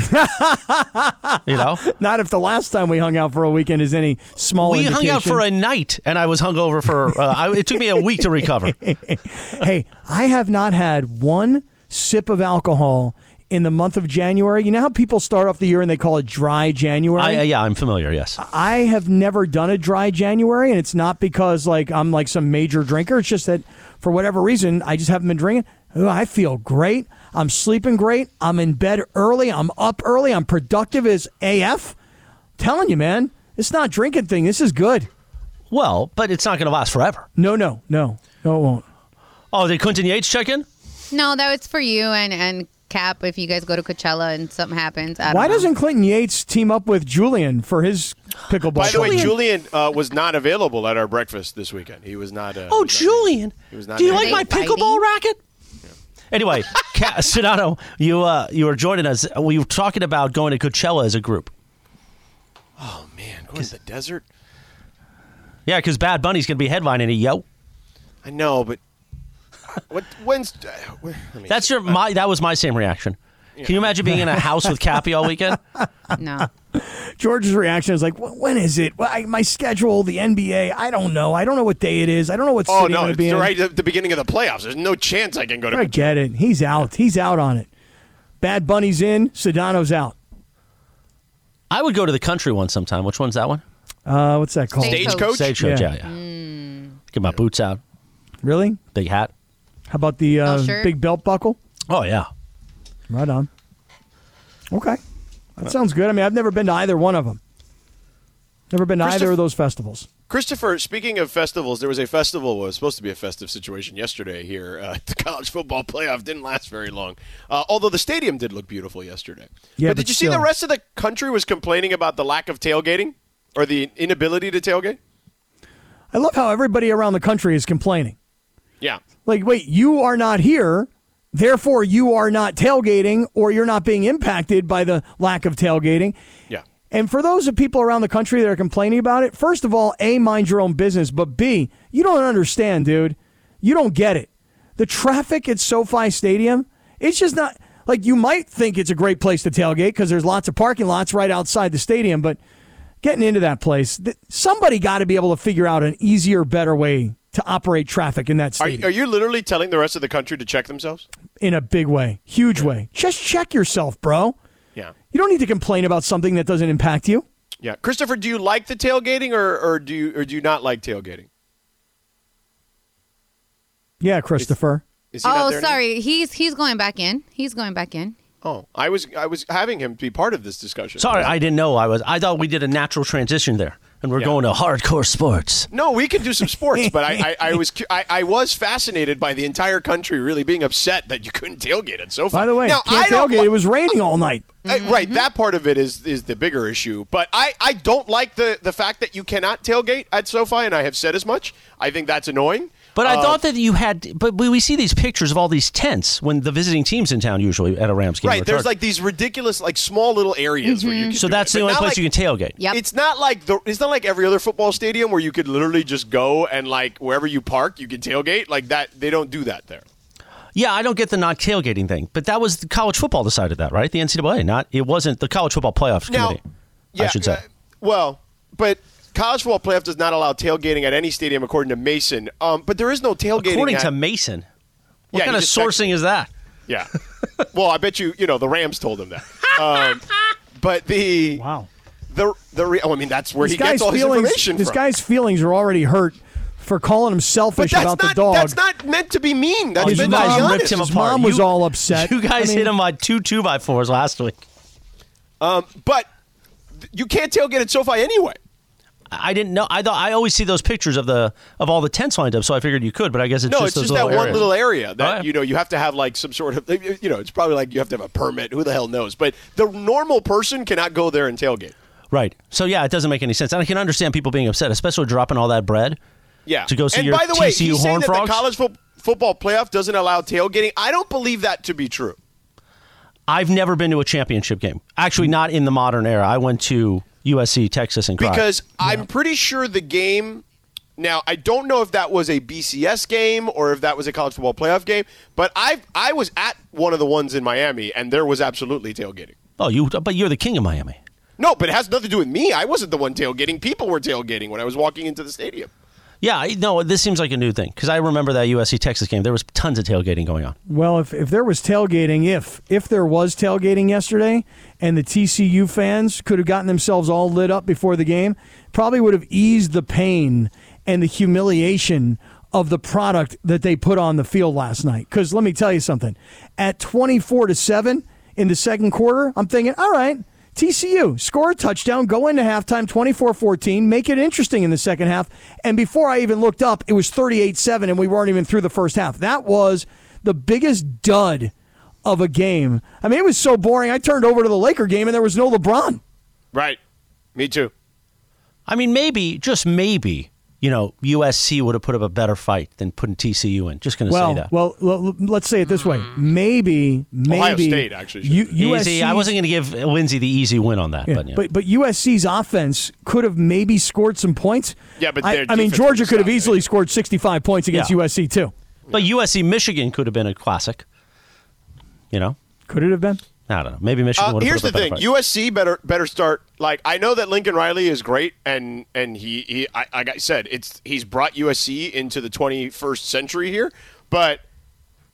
A: you know,
D: Not if the last time we hung out for a weekend is any small.
A: we hung out
D: indication.
A: for a night, and I was hungover for. Uh, I, it took me a week to recover.
D: hey, I have not had one sip of alcohol in the month of January. You know how people start off the year and they call it dry January?
A: I, uh, yeah, I'm familiar. Yes,
D: I have never done a dry January, and it's not because like I'm like some major drinker. It's just that for whatever reason, I just haven't been drinking. Ooh, I feel great. I'm sleeping great. I'm in bed early. I'm up early. I'm productive as AF. Telling you, man, it's not drinking thing. This is good.
A: Well, but it's not going to last forever.
D: No, no, no, no, it won't.
A: Oh, did Clinton Yates check in?
J: No, that was for you and and Cap. If you guys go to Coachella and something happens, I don't
D: Why
J: know.
D: doesn't Clinton Yates team up with Julian for his pickleball?
B: By the way,
D: tournament?
B: Julian uh, was not available at our breakfast this weekend. He was not. Uh,
A: Oh,
B: he was not-
A: Julian,
B: he was not
A: do you
B: there.
A: like my pickleball racket? Anyway, Ca- Sonato, you uh, you were joining us. We were talking about going to Coachella as a group.
B: Man, going to the desert.
A: Yeah, because Bad Bunny's going to be headlining it, yo.
B: I know, but what? When's? Uh, where- let me-
A: That's your my. That was my same reaction. Can you imagine being in a house with Cappy all weekend?
J: No.
D: George's reaction is like, "Wh- "When is it? Well, I, my schedule, the NBA. I don't know. I don't know what day it is. I don't know what city
B: oh
D: I'm
B: no,
D: going to
B: it's
D: be in."
B: right at the beginning of the playoffs. There's no chance I can go to.
D: I get it. He's out. He's out on it. Bad Bunny's in. Sedano's out.
A: I would go to the country one sometime. Which one's that one?
D: Uh, what's that called?
A: Stagecoach. Mm. Stagecoach. Yeah, yeah. Get my boots out.
D: Really?
A: Big hat.
D: How about the uh,
A: Oh, sure.
D: big belt buckle?
A: Oh yeah.
D: Right on. Okay, that sounds good. I mean, I've never been to either one of them. Never been to either
B: Christoph-
D: of those festivals.
B: Christopher, speaking of festivals, there was a festival. Well, it was supposed to be a festive situation yesterday here. Uh, the college football playoff didn't last very long, uh, although the stadium did look beautiful yesterday. but
D: Yeah, but
B: did you see the
D: still.
B: rest of the country was complaining about the lack of tailgating or the inability to tailgate?
D: I love how everybody around the country is complaining.
B: Yeah,
D: Like, wait, you are not here, therefore you are not tailgating, or you're not being impacted by the lack of tailgating.
B: yeah.
D: And for those of people around the country that are complaining about it, first of all, A, mind your own business, but B, you don't understand, dude. You don't get it. The traffic at SoFi Stadium, it's just not like you might think it's a great place to tailgate because there's lots of parking lots right outside the stadium, but getting into that place, th- somebody got to be able to figure out an easier, better way to operate traffic in that
B: Are,
D: stadium
B: are you literally telling the rest of the country to check themselves?
D: in a big way, huge way. Just check yourself, bro.
B: Yeah.
D: You don't need to complain about something that doesn't impact you.
B: Yeah, Christopher, do you like the tailgating or, or do you or do you not like tailgating?
D: Yeah, Christopher.
B: Is he not
J: Oh,
B: there anymore?
J: sorry. He's he's going back in. He's going back in.
B: Oh, I was I was having him be part of this discussion.
A: Sorry, I didn't know. I was. I thought we did a natural transition there, and we're going to hardcore sports.
B: No, we can do some sports, but I, I, I was cu- I, I was fascinated by the entire country really being upset that you couldn't tailgate it. So far.
D: By the way,
B: now,
D: can't
B: I don't
D: tailgate.
B: wa-
D: it was raining all night.
B: Uh, Right, that part of it is is the bigger issue. But I, I don't like the, the fact that you cannot tailgate at SoFi, and I have said as much. I think that's annoying.
A: But I
B: Uh,
A: thought that you had. But we, we see these pictures of all these tents when the visiting teams in town usually at a Rams game. or a
B: right there's
A: Chargers.
B: like these ridiculous like small little areas where you
D: Mm-hmm.
B: can.
A: So
B: do
A: that's
B: it,
A: the
B: but
A: only
B: not
A: place
B: like-
A: you can tailgate.
B: It's not like the it's not like every other football stadium where you could literally just go and like wherever you park you can tailgate like that. They don't do that there.
A: Yeah, I don't get the not tailgating thing, but that was the college football decided that, right? The NCAA, not it wasn't the college football playoffs
B: Now-
A: committee. I
B: yeah,
A: should say.
B: uh, Well, but college football playoff does not allow tailgating at any stadium, according to Mason. Um, but there is no tailgating.
A: According
B: at-
A: to Mason, what
B: Yeah,
A: kind
B: he
A: of
B: just texted
A: sourcing is that?
B: Yeah. well, I bet you you know the Rams told him that. Um, but the wow the the re- oh, I mean that's where he gets all his information
D: This
B: from.
D: guy's feelings are already hurt for calling him selfish
B: that's
D: about the
B: not-
D: dog.
B: that's not meant to be mean. That's
D: His
B: meant to be
D: mom ripped
B: honest.
D: him His apart. mom was You- all upset.
G: You guys
D: I mean-
G: hit him by two two by fours last week.
B: Um, but you can't tailgate at SoFi anyway.
G: I didn't know. I thought I always see those pictures of the of all the tents lined up, so I figured you could. But I guess it's
B: no,
G: just
B: it's
G: those
B: just that one
G: areas. Oh,
B: little area that you know you have to have like some sort of you know it's probably like you have to have a permit. Who the hell knows? But the normal person cannot go there and tailgate.
G: Right. So yeah, it doesn't make any sense. And I can understand people being upset, especially dropping all that bread.
B: Yeah.
G: To go see
B: and
G: your
B: by the way,
G: TCU
B: he's saying
G: Horned
B: that
G: Frogs?
B: the college fo- football playoff doesn't allow tailgating. I don't believe that to be true.
G: I've never been to a championship game. Actually, not in the modern era. I went to USC, Texas, and cried.
B: Because I'm pretty sure the game. Now I don't know if that was a BCS game or if that was a college football playoff game, but I I was at one of the ones in Miami and there was absolutely tailgating.
G: oh, you but you're the king of Miami.
B: No, but it has nothing to do with me. I wasn't the one tailgating. People were tailgating when I was walking into the stadium.
G: Yeah, I- no, this seems like a new thing because I remember that USC Texas game. There was tons of tailgating going on.
D: Well, if, if there was tailgating, if if there was tailgating yesterday, and the TCU fans could have gotten themselves all lit up before the game, probably would have eased the pain and the humiliation of the product that they put on the field last night. Because let me tell you something, at twenty four to seven in the second quarter, I'm thinking, all right. TCU score a touchdown, go into halftime 24-14, make it interesting in the second half. And before I even looked up, it was 38-7 and we weren't even through the first half. That was the biggest dud of a game. I mean, it was so boring. I turned over to the Laker game and there was no LeBron.
B: Right. Me too.
G: I mean, maybe just maybe you know USC would have put up a better fight than putting TCU in. Just going to
D: Well,
G: say that.
D: well, l- l- let's say it this way. Maybe, maybe
G: Mm. Ohio State actually should
D: U-
G: have been. Easy. I
D: USC 's-
G: wasn't going to give Lindsey the easy win on that,
D: Yeah,
G: but, yeah.
D: but but USC's offense could have maybe scored some points.
G: Yeah, but
D: I,
G: their
D: I mean
G: defense
D: Georgia could have easily scored 65 points against
G: Yeah.
D: USC too.
G: But USC Michigan could have been a classic. You know,
D: Could it have been?
G: I don't know. Maybe Michigan
B: Uh,
G: would have.
B: here's
G: put
B: the
G: up a better
B: thing:
G: fight.
B: USC better better start. Like I know that Lincoln Riley is great, and and he he I, like I said, it's he's brought USC into the 21st century here, but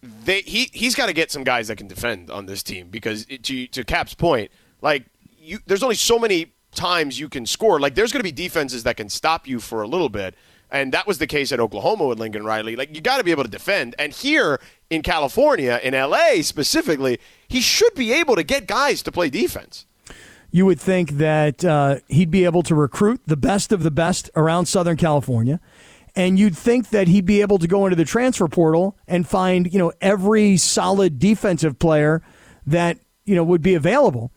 B: they he he's got to get some guys that can defend on this team because it, to to Cap's point, like you, there's only so many times you can score. Like there's going to be defenses that can stop you for a little bit. And that was the case at Oklahoma with Lincoln Riley. Like you got to be able to defend. And here in California, in LA specifically, he should be able to get guys to play defense.
D: you would think that uh, he'd be able to recruit the best of the best around Southern California. And you'd think that he'd be able to go into the transfer portal and find, you know, every solid defensive player that, you know, would be available.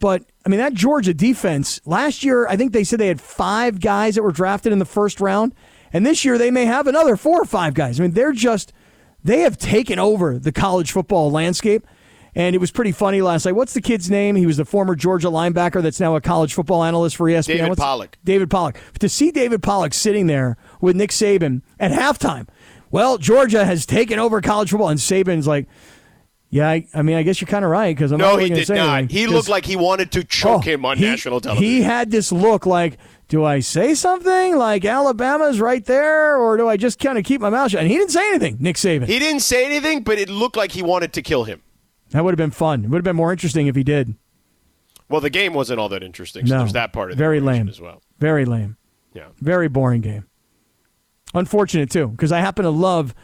D: But I mean, that Georgia defense last year, I think they said they had five guys that were drafted in the first round. And this year they may have another four or five guys. I mean, they're just, they have taken over the college football landscape. And it was pretty funny last night. What's the kid's name? He was the former Georgia linebacker that's now a college football analyst for E ESPN.
B: David
D: What's-
B: Pollack.
D: David Pollock. To see David Pollock sitting there with Nick Saban at halftime, well, Georgia has taken over college football. And Saban's like, yeah, I, I mean, I guess you're kind of right because I'm
B: no,
D: not really
B: he
D: going to
B: did
D: say
B: not.
D: anything,
B: he
D: 'cause
B: looked like he wanted to choke him on national television.
D: Oh, He had this look like, do I say something like Alabama's right there or do I just kind of keep my mouth shut? And he didn't say anything, Nick Saban.
B: he didn't say anything, but it looked like he wanted to kill him.
D: that would have been fun. It would have been more interesting if he did.
B: Well, the game wasn't all that interesting. So
D: No,
B: there's that part of the
D: very
B: equation
D: lame
B: as well.
D: Very lame.
B: Yeah.
D: Very boring game. Unfortunate too, because I happen to love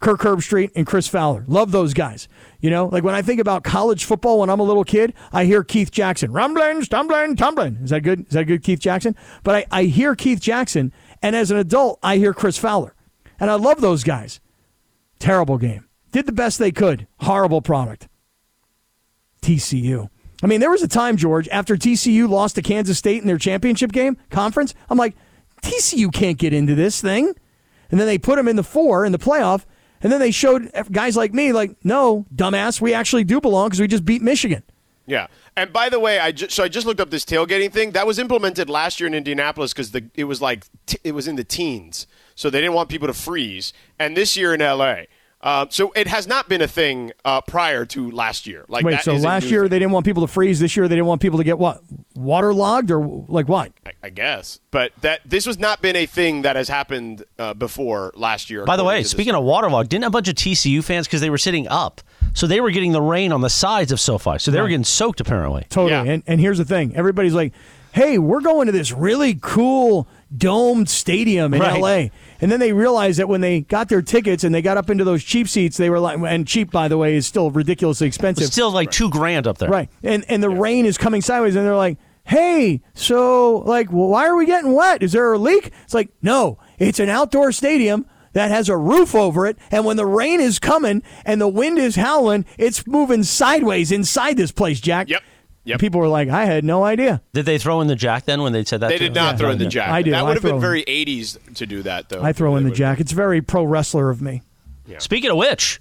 D: Kirk Herbstreit and Chris Fowler. Love those guys. You know, like when I think about college football when I'm a little kid, I hear Keith Jackson rumbling, stumbling, tumbling. Is that good? Is that good, Keith Jackson? But I, I hear Keith Jackson, and as an adult, I hear Chris Fowler, and I love those guys. Terrible game. Did the best they could. Horrible product. TCU. I mean, there was a time, George, after TCU lost to Kansas State in their championship game conference. I'm like, TCU can't get into this thing. And then they put them in the four in the playoff. And then they showed guys like me, like, no, dumbass, we actually do belong because we just beat Michigan.
B: Yeah, and by the way, I ju- so I just looked up this tailgating thing that was implemented last year in Indianapolis because the it was like t- it was in the teens, so they didn't want people to freeze. And this year in L.A., uh, so it has not been a thing uh, prior to last year. Like
D: Wait,
B: that
D: so
B: is a
D: last
B: new
D: year
B: thing,
D: they didn't want people to freeze. This year they didn't want people to get what? Waterlogged or like what?
B: I, I guess, but that this was not been a thing that has happened uh, before last year.
G: By the
B: according
G: way,
B: to this-
G: speaking of waterlog, didn't a bunch of TCU fans because they were sitting up So they were getting the rain on the sides of SoFi. So they were getting soaked apparently.
D: Totally. And and here's the thing: everybody's like, "Hey, we're going to this really cool domed stadium in
G: Right.
D: L.A." And then they realized that when they got their tickets and they got up into those cheap seats, they were like, and cheap, by the way, is still ridiculously expensive.
G: It's still like two grand up there.
D: Right. And and the rain is coming sideways, and they're like, "Hey, so like, wh- why are we getting wet? Is there a leak?" It's like, no, it's an outdoor stadium that has a roof over it, and when the rain is coming and the wind is howling, it's moving sideways inside this place, Jack. Yep.
B: Yep.
D: People were like, "I had no idea."
G: Did they throw in the jack then when they said that?
B: They
G: to
B: did
G: them?
B: not throw in the jack.
D: I do.
B: That
D: I
B: would have
D: throw
B: been
D: in-
B: very 80s to do that, though.
D: I throw in the Jack. It's very pro wrestler of me.
G: Speaking of which,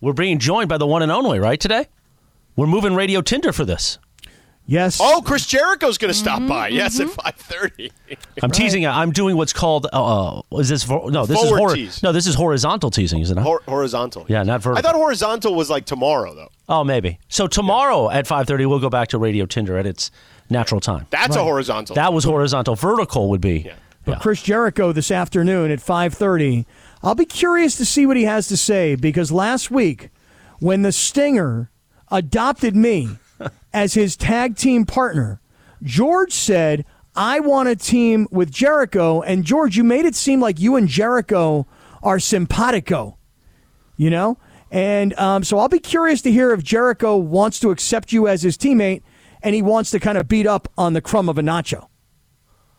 G: we're being joined by the one and only, right, today? We're moving Radio Tinder for this.
D: Yes.
B: Oh, Chris Jericho's going to
G: Mm-hmm,
B: stop by. Yes, at 5:30.
G: I'm teasing. it. I'm doing what's called uh, uh, is this vo- no this
B: Forward
G: is hor-
B: tease.
G: no this is horizontal teasing, isn't it?
B: Hor- horizontal.
G: yeah, not
B: I
G: vertical.
B: thought horizontal was like tomorrow, though.
G: oh, maybe. So tomorrow at 5:30 we'll go back to Radio Tinder at its natural time.
B: That's a horizontal.
G: That was horizontal. Vertical would be.
D: But Chris Jericho this afternoon at 5:30. I'll be curious to see what he has to say because last week when the Stinger adopted me as his tag team partner, George said, "I want a team with Jericho." And George, you made it seem like you and Jericho are simpatico you know? And um, so I'll be curious to hear if Jericho wants to accept you as his teammate and he wants to kind of beat up on the crumb of a nacho.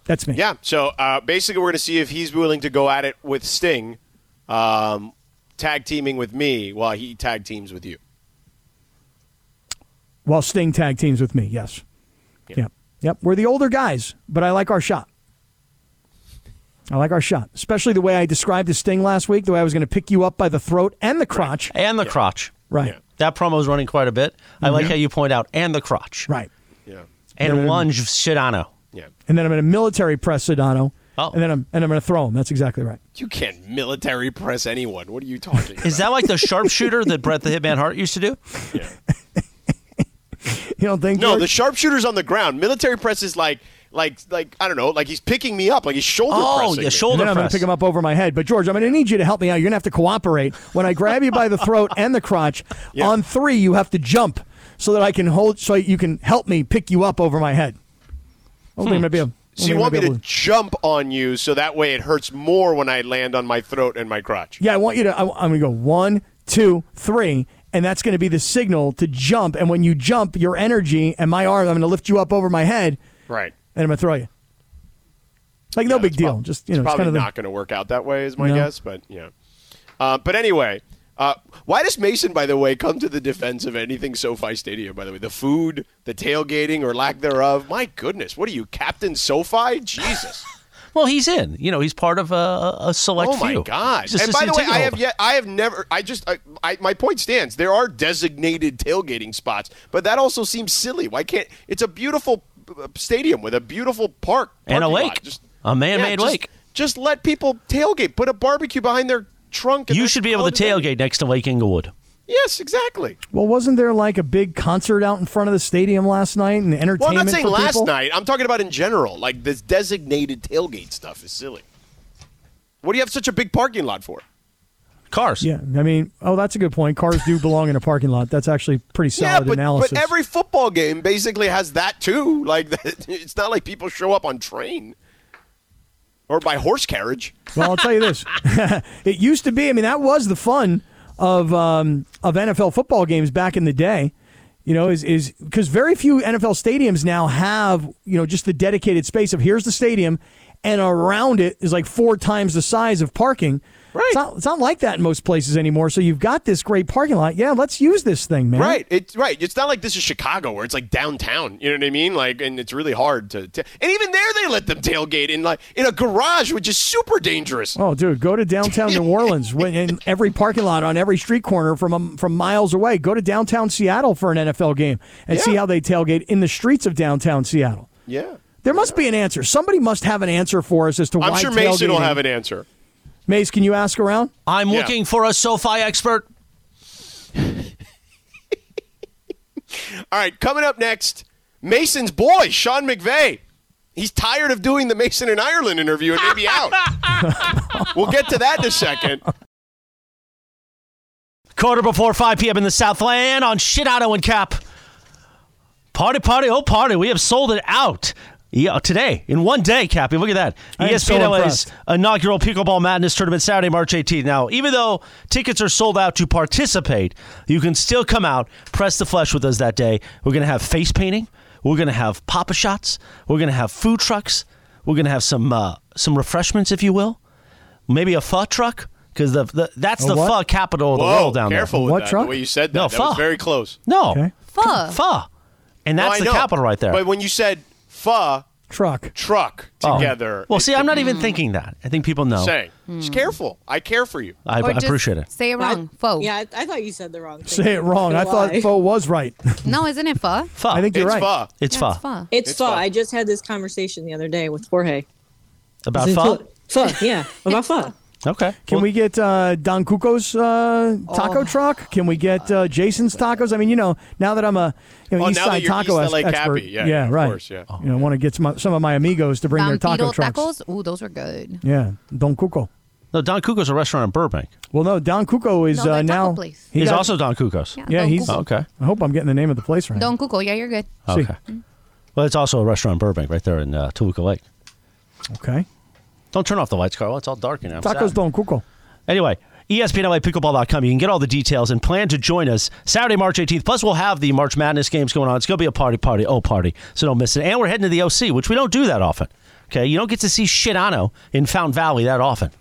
D: That's me.
B: Yeah. So uh, basically, we're going to see if he's willing to go at it with Sting, um, tag teaming with me while he tag teams with you.
D: While Sting tag teams with me, yes. Yep. Yep. We're the older guys, but I like our shot. I like our shot, especially the way I described the Sting last week, the way I was going to pick you up by the throat and the crotch.
G: And the crotch.
D: Right.
G: That promo's running quite a bit. I like
D: Mhm.
J: Mm-hmm.
G: how you point out and the crotch.
D: Right.
B: Yeah.
D: Then-
G: And lunge Shidano.
B: Yeah.
D: And then I'm going to military press Sedano.
G: Oh.
D: And then I'm, and I'm going to throw him. That's exactly right.
B: You can't military press anyone. What are you talking?
G: Is that like the sharpshooter that Brett the Hitman Hart used to do?
D: You don't think?
B: No,
D: George?
B: the sharpshooter's on the ground. Military press is like, like, like I don't know, like he's picking me up, like he's shoulder pressing. me.
D: And then I'm going to pick him up over my head. But George, I'm going to need you to help me out. You're going to have to cooperate. When I grab you by the throat and the crotch, on three you have to jump so that I can hold, so you can help me pick you up over my head. I don't think I'm going to be able. I
B: Hmm. So you
D: don't think I'm
B: want me
D: gonna be
B: to
D: able
B: jump on you so that way it hurts more when I land on my throat and my crotch.
D: Yeah, I want you to. I, I'm going to go one, two, three, and that's going to be the signal to jump. And when you jump, your energy and my arm, I'm going to lift you up over my head,
B: Right.
D: and I'm going to throw you. Like no big deal. Just you know,
B: it's
D: it's
B: probably
D: kind of the,
B: not going to work out that way, is my
D: No.
B: guess. But yeah. Uh, but anyway, uh, why does Mason, by the way, come to the defense of anything SoFi Stadium? By the way, the food, the tailgating or lack thereof. My goodness, what are you, Captain SoFi? Jesus.
G: Well, he's in. You know, he's part of a, a select
B: oh my
G: few.
B: god!
G: He's just
B: And by the
G: a
B: way, I
G: ticket
B: have
G: holder.
B: yet, I have never, I just, I, I, my point stands. There are designated tailgating spots, but that also seems silly. Why can't? It's a beautiful uh, stadium with a beautiful park
G: And a
B: parking lot.
G: lake.
B: Just-
G: A man-made
B: just-
G: lake.
B: Just let people tailgate. Put a barbecue behind their trunk. And
G: You
B: that's
G: should be able
B: all
G: to
B: it is.
G: tailgate next to Lake Inglewood.
B: Yes, exactly.
D: Well, wasn't there like a big concert out in front of the stadium last night and entertainment
B: Well, I'm not saying
D: for
B: last
D: people?
B: night. I'm talking about in general. Like this designated tailgate stuff is silly. What do you have such a big parking lot for?
G: Cars.
D: Yeah, I mean, oh, that's a good point. Cars do belong in a parking lot. That's actually pretty solid
B: but,
D: analysis.
B: But every football game basically has that too. Like it's not like people show up on train or by horse carriage.
D: well, I'll tell you this: it used to be. I mean, that was the fun of um, of NFL football games back in the day. You know, is is because very few NFL stadiums now have you know just the dedicated space of here's the stadium, and around it is like four times the size of parking. Right. It's not, it's not like that in most places anymore. So you've got this great parking lot. Yeah, let's use this thing, man.
B: Right. It's right. It's not like this is Chicago where it's like downtown. You know what I mean? Like, and it's really hard to. ta- and even there, they let them tailgate in like in a garage, which is super dangerous.
D: Oh, dude, go to downtown New Orleans when in every parking lot on every street corner from um, from miles away. Go to downtown Seattle for an NFL game and see how they tailgate in the streets of downtown Seattle.
B: Yeah.
D: There must be an answer. Somebody must have an answer for us as to
B: I'm
D: why.
B: sure Mason will
D: tailgating-
B: have an answer.
D: Mace, can you ask around?
G: I'm
B: Yeah.
G: looking for a SoFi expert.
B: All right, coming up next, Mason's boy, Sean McVay. He's tired of doing the Mason in Ireland interview and maybe out. we'll get to that in a second.
C: Quarter before 5 p.m. in the Southland on Shinano and Cap. Party, party, oh, party. We have sold it out. Yeah, today, in one day, Cappy. Look at that. E
D: I am
C: ESPN
D: so
C: LA's
D: impressed.
C: inaugural Pickleball Madness tournament Saturday, March 18th. Now, even though tickets are sold out to participate, you can still come out, press the flesh with us that day. We're going to have face painting. We're going to have papa shots. We're going to have food trucks. We're going to have some uh, some refreshments, if you will. Maybe a pho truck, because the, the, that's
B: A
C: the
B: what?
C: pho capital of the
B: Whoa,
C: world down
B: careful
C: there.
B: with What that, the truck? way you said that.
C: No,
B: That
C: pho.
B: was very close.
C: No.
F: Pho.
C: Pho. And
B: No,
C: that's
B: I
C: the
B: know.
C: capital right there.
B: But when you said pho,
D: truck,
B: truck
C: Oh.
B: together.
C: Well,
B: it's
C: see, I'm Hmm. not
B: the-
F: Mm.
C: even thinking that. I think people know.
B: Saying, just careful. I care for you.
C: I, I appreciate it.
F: Say it wrong. Faux.
J: Yeah, I, I thought you said the wrong thing.
D: Say it wrong. I thought
J: Why?
D: Fo was right.
F: No, isn't it pho?
C: Pho.
D: I think you're
B: It's
D: right.
B: pho.
C: It's
F: Yeah,
C: pho.
F: it's pho.
J: It's,
B: It's
J: pho.
B: pho.
J: I just had this conversation the other day with Jorge.
C: About
J: It's
C: pho?
J: Pho, yeah. About pho.
C: Okay.
D: Can we get uh, Don Cuco's uh,
F: Oh.
D: taco truck? Can we get uh, Jason's tacos? I mean, you know, now that I'm a you know,
B: Oh,
D: East
B: now that
D: Side
B: you're
D: taco
B: East LA
D: ex- expert,
B: Cappy. Yeah, of
D: right.
B: course, yeah.
D: You know, want to get some some of my amigos to bring their taco
F: Bandido
D: trucks.
F: tacos. Ooh, those were good.
D: Yeah, Don Cuco.
C: No, Don Cuco's a restaurant in Burbank.
D: Well, no, Don Cuco is
F: No, the
D: uh,
F: taco
D: now
F: place.
D: he
C: He's
D: got-
C: also Don Cuco's.
F: Yeah,
D: yeah.
F: Don
D: He's
F: Cuco.
C: Okay.
D: I hope I'm getting the name of the place right.
F: Don Cuco. Yeah, you're good.
D: See.
C: Okay. Well, it's also a restaurant in Burbank right there in uh, Toluca Lake.
D: Okay.
C: Don't turn off the lights, Carl. It's all dark in here. I'm
D: Tacos
C: sad.
D: Don Cuco.
C: Anyway, E ESPNLAPickleball.com. You can get all the details and plan to join us Saturday, March 18th. Plus, we'll have the March Madness games going on. It's going to be a party, party, oh, party. So don't miss it. And we're heading to the OC, which we don't do that often. Okay. You don't get to see Shinano in Fountain Valley that often.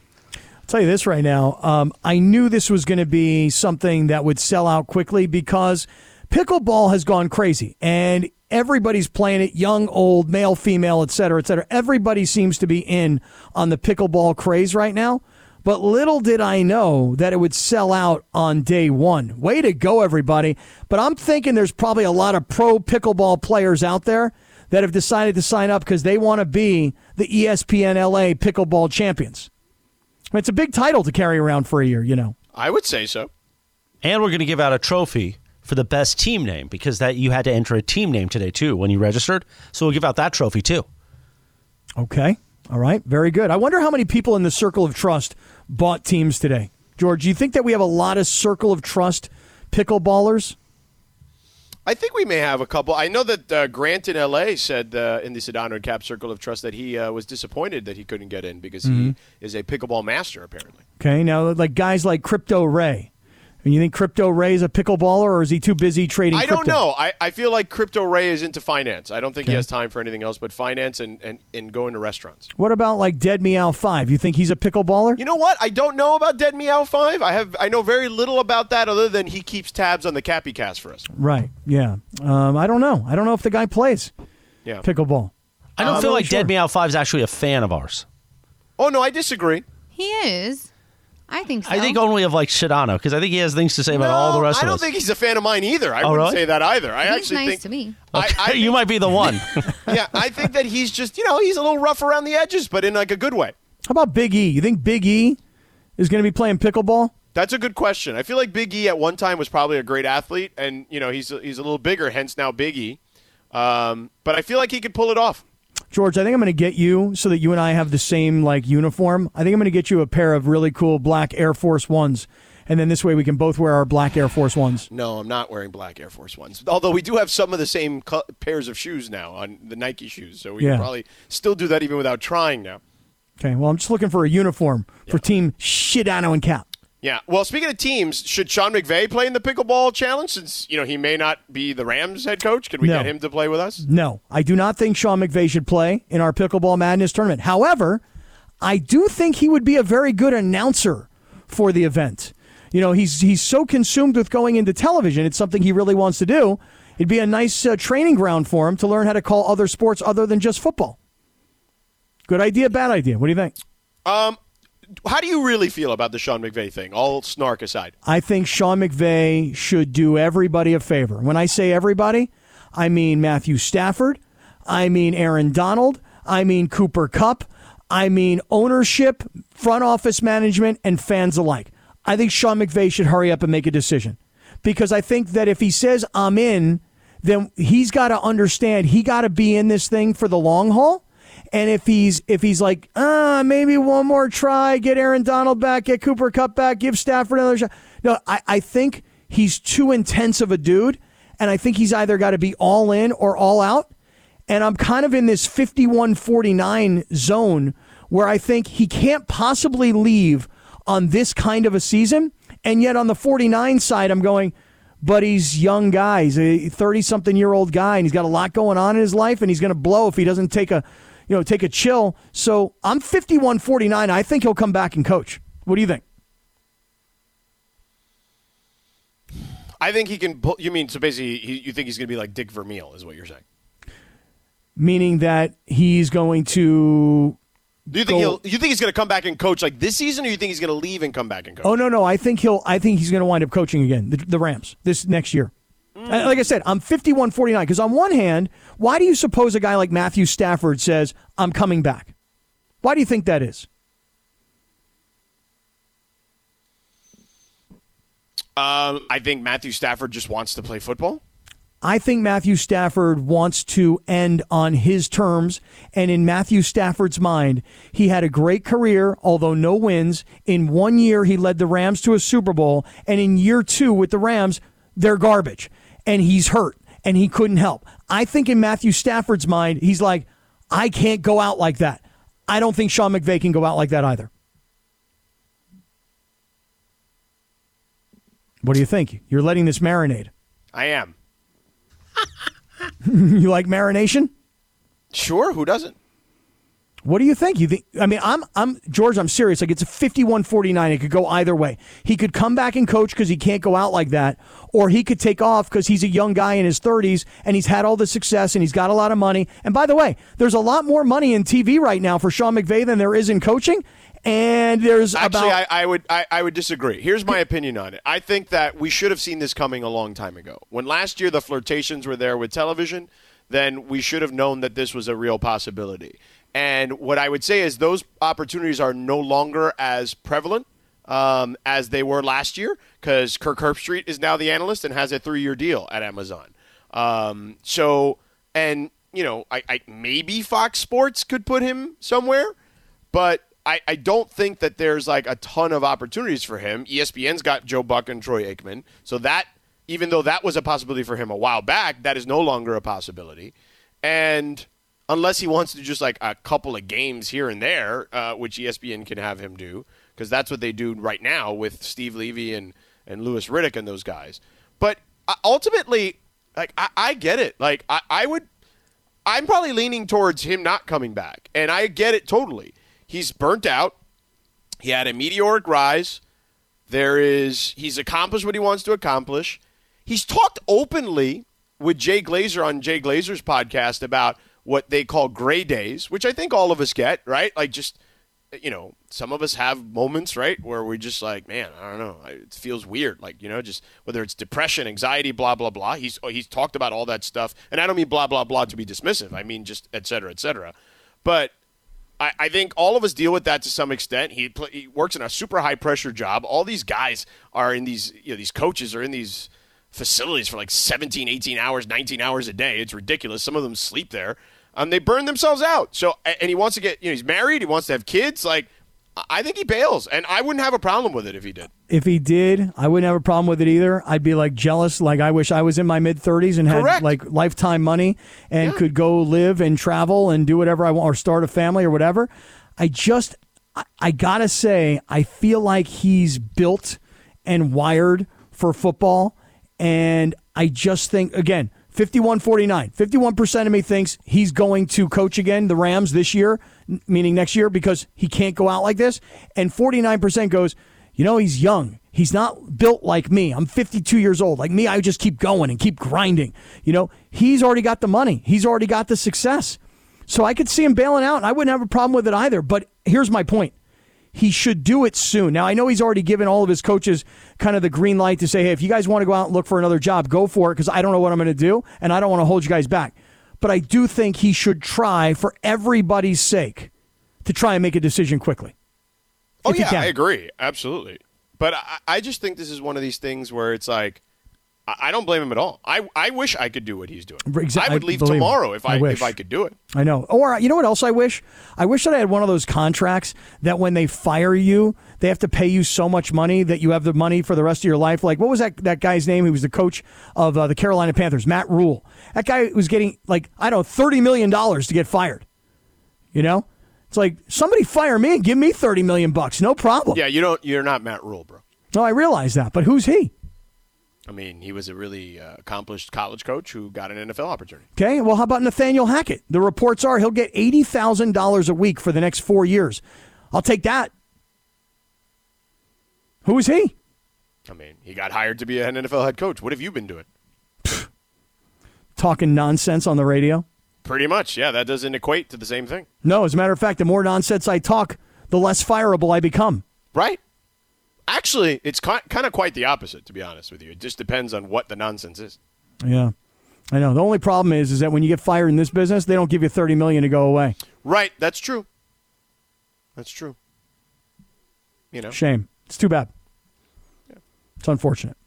D: tell you this right now. Um, I knew this was going to be something that would sell out quickly because pickleball has gone crazy and everybody's playing it young, old, male, female, et cetera, et cetera. Everybody seems to be in on the pickleball craze right now. But little did I know that it would sell out on day one. Way to go, everybody. But I'm thinking there's probably a lot of pro pickleball players out there that have decided to sign up because they want to be the E ESPN LA pickleball champions. I mean, it's a big title to carry around for a year, you know.
B: I would say so.
C: And we're going to give out a trophy for the best team name because that you had to enter a team name today too when you registered. So we'll give out that trophy too.
D: Okay. All right. Very good. I wonder how many people in the circle of trust bought teams today. George, do you think that we have a lot of circle of trust pickleballers?
B: I think we may have a couple. I know that uh, Grant in LA said uh, in the Sedano and Cap Circle of Trust that he uh, was disappointed that he couldn't get in because
C: Mm-hmm.
B: he is a pickleball master, apparently.
D: Okay. Now, like guys like Crypto Ray. And you think Crypto Ray is a pickleballer or is he too busy trading
B: I don't
D: crypto?
B: know. I, I feel like Crypto Ray is into finance. I don't think he has time for anything else but finance and, and, and going to restaurants.
D: What about like Dead Meow 5? You think he's a pickleballer?
B: You know what? I don't know about Dead Meow 5. I have I know very little about that other than he keeps tabs on the Cappy Cast for us.
D: right. Yeah. Um, I don't know. I don't know if the guy plays
B: Yeah.
D: pickleball.
C: I don't
D: I'm
C: feel
D: not
C: like
D: sure.
C: Dead Meow Five is actually a fan of ours.
B: Oh, no, I disagree.
F: He is. I think so.
C: I think only of like Shadano because I think he has things to say about all the
B: No, I
C: rest of
B: don't
C: us.
B: think he's a fan of mine either. I
C: Oh,
B: wouldn't
C: really?
B: say that either. I
F: He's
B: actually
F: nice
B: think
F: to me.
B: I, I
C: you
B: think-
C: might be the one.
B: yeah, I think that he's just you know he's a little rough around the edges, but in like a good way.
D: How about Big E? You think Big E is going to be playing pickleball?
B: That's a good question. I feel like Big E at one time was probably a great athlete, and you know he's he's a little bigger, hence now Big E. Um, but I feel like he could pull it off.
D: George, I think I'm going to get you so that you and I have the same like uniform. I think I'm going to get you a pair of really cool black Air Force Ones, and then this way we can both wear our black Air Force Ones.
B: No, I'm not wearing black Air Force Ones. Although we do have some of the same co- pairs of shoes now on the Nike shoes, so we
D: Yeah.
B: can probably still do that even without trying now.
D: Okay. Well, I'm just looking for a uniform for Team Shidano and Cap.
B: Yeah. Well, speaking of teams, should Sean McVay play in the pickleball challenge since you know he may not be the Rams head coach? Can we
D: No.
B: get him to play with us?
D: No, I do not think Sean McVay should play in our pickleball madness tournament. However, I do think he would be a very good announcer for the event. You know, he's he's so consumed with going into television; it's something he really wants to do. It'd be a nice uh, training ground for him to learn how to call other sports other than just football. Good idea, bad idea. What do you think?
B: How do you really feel about the Sean McVay thing? All snark aside.
D: I think Sean McVay should do everybody a favor. When I say everybody, I mean Matthew Stafford, I mean Aaron Donald, I mean Cooper Cup, I mean ownership, front office management, and fans alike. I think Sean McVay should hurry up and make a decision because I think that if he says I'm in, then he's got to understand he got to be in this thing for the long haul. And if he's if he's "Uh, like, ah, maybe one more try, get Aaron Donald back, get Cooper Cup back, give Stafford another shot. No, I, I think he's too intense of a dude, and I think he's either got to be all in or all out. And I'm kind of in this 51 49 zone where I think he can't possibly leave on this kind of a season. And yet on the 49 side, I'm going, but he's young guy. He's a 30 something year old guy, and he's got a lot going on in his life, and he's going to blow if he doesn't take a. You know, take a chill. So I'm 51 49. I think he'll come back and coach. What do you think?
B: I think he can. Pull, you mean so basically? He, you think he's going to be like Dick Vermeil, is what you're saying?
D: meaning that he's going to.
B: Do you think he'll?
D: go-
B: You think he's going to come back and coach like this season, or you think he's going to leave and come back and coach?
D: Oh no, no, I think he'll. I think he's going to wind up coaching again the, the Rams this next year. And Like I said, I'm 51 49. Because on one hand, why do you suppose a guy like Matthew Stafford says, "I'm coming back"? Why do you think that is?
B: Um, I think Matthew Stafford just wants to play football.
D: I think Matthew Stafford wants to end on his terms. And in Matthew Stafford's mind, he had a great career, although no wins. In one year, he led the Rams to a Super Bowl. And in year two with the Rams, they're garbage. And he's hurt and he couldn't help. I think in Matthew Stafford's mind, he's like, I can't go out like that. I don't think Sean McVay can go out like that either. What do you think? You're letting this marinate.
B: I am
D: you like marination?
B: sure. Who doesn't?
D: What do you think? You think I mean I'm I'm George, I'm serious. Like it's a 51-49. It could go either way. He could come back and coach cuz he can't go out like that or he could take off cuz he's a young guy in his 30s and he's had all the success and he's got a lot of money. And by the way, there's a lot more money in TV right now for Sean McVay than there is in coaching and there's
B: Actually,
D: about
B: I, I would I, I would disagree. Here's my opinion on it. I think that we should have seen this coming a long time ago. When last year the flirtations were there with television, then we should have known that this was a real possibility. And what I would say is those opportunities are no longer as prevalent um, as they were last year because Kirk Herbstreit is now the analyst and has a three-year deal at Amazon. Um, so, and you know, I, I maybe Fox Sports could put him somewhere but I, I don't think that there's like a ton of opportunities for him. E ESPN's got Joe Buck and Troy Aikman, so that even though that was a possibility for him a while back, that is no longer a possibility. And unless he wants to just like a couple of games here and there, uh, which ESPN can have him do, because that's what they do right now with Steve Levy and and Lewis Riddick and those guys. But uh, ultimately, like I, I get it. Like I, I would I'm probably leaning towards him not coming back, and I get it totally. He's burnt out. He had a meteoric rise. There is he's accomplished what he wants to accomplish. He's talked openly with Jay Glazer on Jay Glazer's podcast about what they call gray days, which I think all of us get, right? Like just you know, some of us have moments, right, where we're just like, man, I don't know, I- it feels weird, like you know, just whether it's depression, anxiety, blah blah blah. He's oh, he's talked about all that stuff, and I don't mean blah blah blah to be dismissive. I mean just et cetera, et cetera. But I, I think all of us deal with that to some extent. He, pl- he works in a super high pressure job. All these guys are in these, you know, these coaches are in these facilities for like 17, 18 hours, 19 hours a day. It's ridiculous. Some of them sleep there. Um, they burn themselves out. So, a- and he wants to get, you know, he's married. He wants to have kids. Like, I- I think he bails, and I wouldn't have a problem with it if he did.
D: if he did, I wouldn't have a problem with it either. I'd be like jealous, like I wish I was in my mid 30s and had
B: Correct.
D: like lifetime money and could go live and travel and do whatever I want or start a family or whatever. I just, I, I gotta say, I feel like he's built and wired for football. And I just think, again, 51 49. 51% of me thinks he's going to coach again the Rams this year, n- meaning next year, because he can't go out like this. And 49% goes, you know, he's young. He's not built like me. I'm 52 years old. Like me, I just keep going and keep grinding. You know, he's already got the money, he's already got the success. So I could see him bailing out, and I wouldn't have a problem with it either. But here's my point he should do it soon. Now, I know he's already given all of his coaches kind of the green light to say, hey, if you guys want to go out and look for another job, go for it because I don't know what I'm going to do and I don't want to hold you guys back. But I do think he should try, for everybody's sake, to try and make a decision quickly.
B: Oh
D: If he
B: yeah,
D: can.
B: I agree absolutely. But I, I just think this is one of these things where it's like I, I don't blame him at all. I, I wish I could do what he's doing.
D: Exa-
B: I would leave
D: believe it.
B: tomorrow if I,
D: wish.
B: if I could do it.
D: I know. Or you know what else I wish? I wish that I had one of those contracts that when they fire you, they have to pay you so much money that you have the money for the rest of your life. Like what was that that guy's name? He was the coach of uh, the Carolina Panthers, Matt Rule. That guy was getting like I don't know thirty million dollars to get fired. You know, it's like somebody fire me and give me thirty million bucks, no problem.
B: Yeah, you don't. You're not Matt Rule, bro.
D: No, I realize that, but who's he?
B: I mean, he was a really uh, accomplished college coach who got an NFL opportunity.
D: Okay, well, how about Nathaniel Hackett? The reports are he'll get eighty thousand dollars a week for the next four years. I'll take that. Who is he?
B: I mean, he got hired to be an NFL head coach. What have you been doing?
D: Talking nonsense on the radio?
B: Pretty much, yeah. That doesn't equate to the same thing,
D: No, as a matter of fact, the more nonsense I talk, the less fireable I become.
B: right? Actually, it's ki- kind of quite the opposite, to be honest with you. It just depends on what the nonsense is.
D: Yeah. I know. The only problem is is that when you get fired in this business, they don't give you thirty million to go away.
B: Right. That's true. That's true. You know,
D: Shame. It's too bad. It's unfortunate.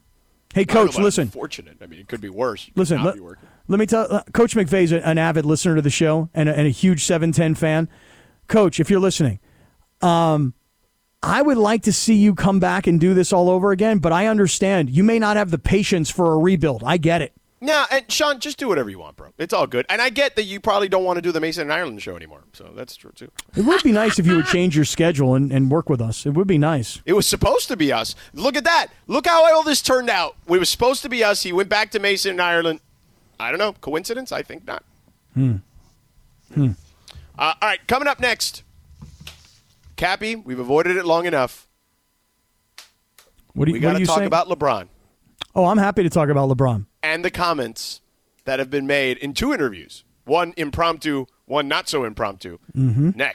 D: Hey
B: I don't know
D: coach,
B: about
D: listen.
B: Fortunate. I mean, it could be worse. You
D: Listen,
B: cannot
D: let,
B: be working.
D: let me tell uh, Coach McVay's a- an avid listener to the show and a, and a huge 710 fan. Coach, if you're listening, um, I would like to see you come back and do this all over again, but I understand you may not have the patience for a rebuild. I get it.
B: Nah, and Sean, just do whatever you want, bro. It's all good. And I get that you probably don't want to do the Mason and Ireland show anymore. So that's true too.
D: It would be nice if you would change your schedule and, and work with us. It would be nice.
B: It was supposed to be us. Look at that. Look how all this turned out. It was supposed to be us. He went back to Mason and Ireland. I don't know. Coincidence? I think not.
D: Hmm. Hmm.
B: Uh, all right, coming up next. Cappy, we've avoided it long enough.
D: What do you,
B: we got
D: what do
B: to
D: you
B: talk
D: say?
B: about LeBron
D: Oh, I'm happy to talk about LeBron.
B: and the comments that have been made in two interviews one impromptu, one not so impromptu.
D: Mm-hmm.
B: Next.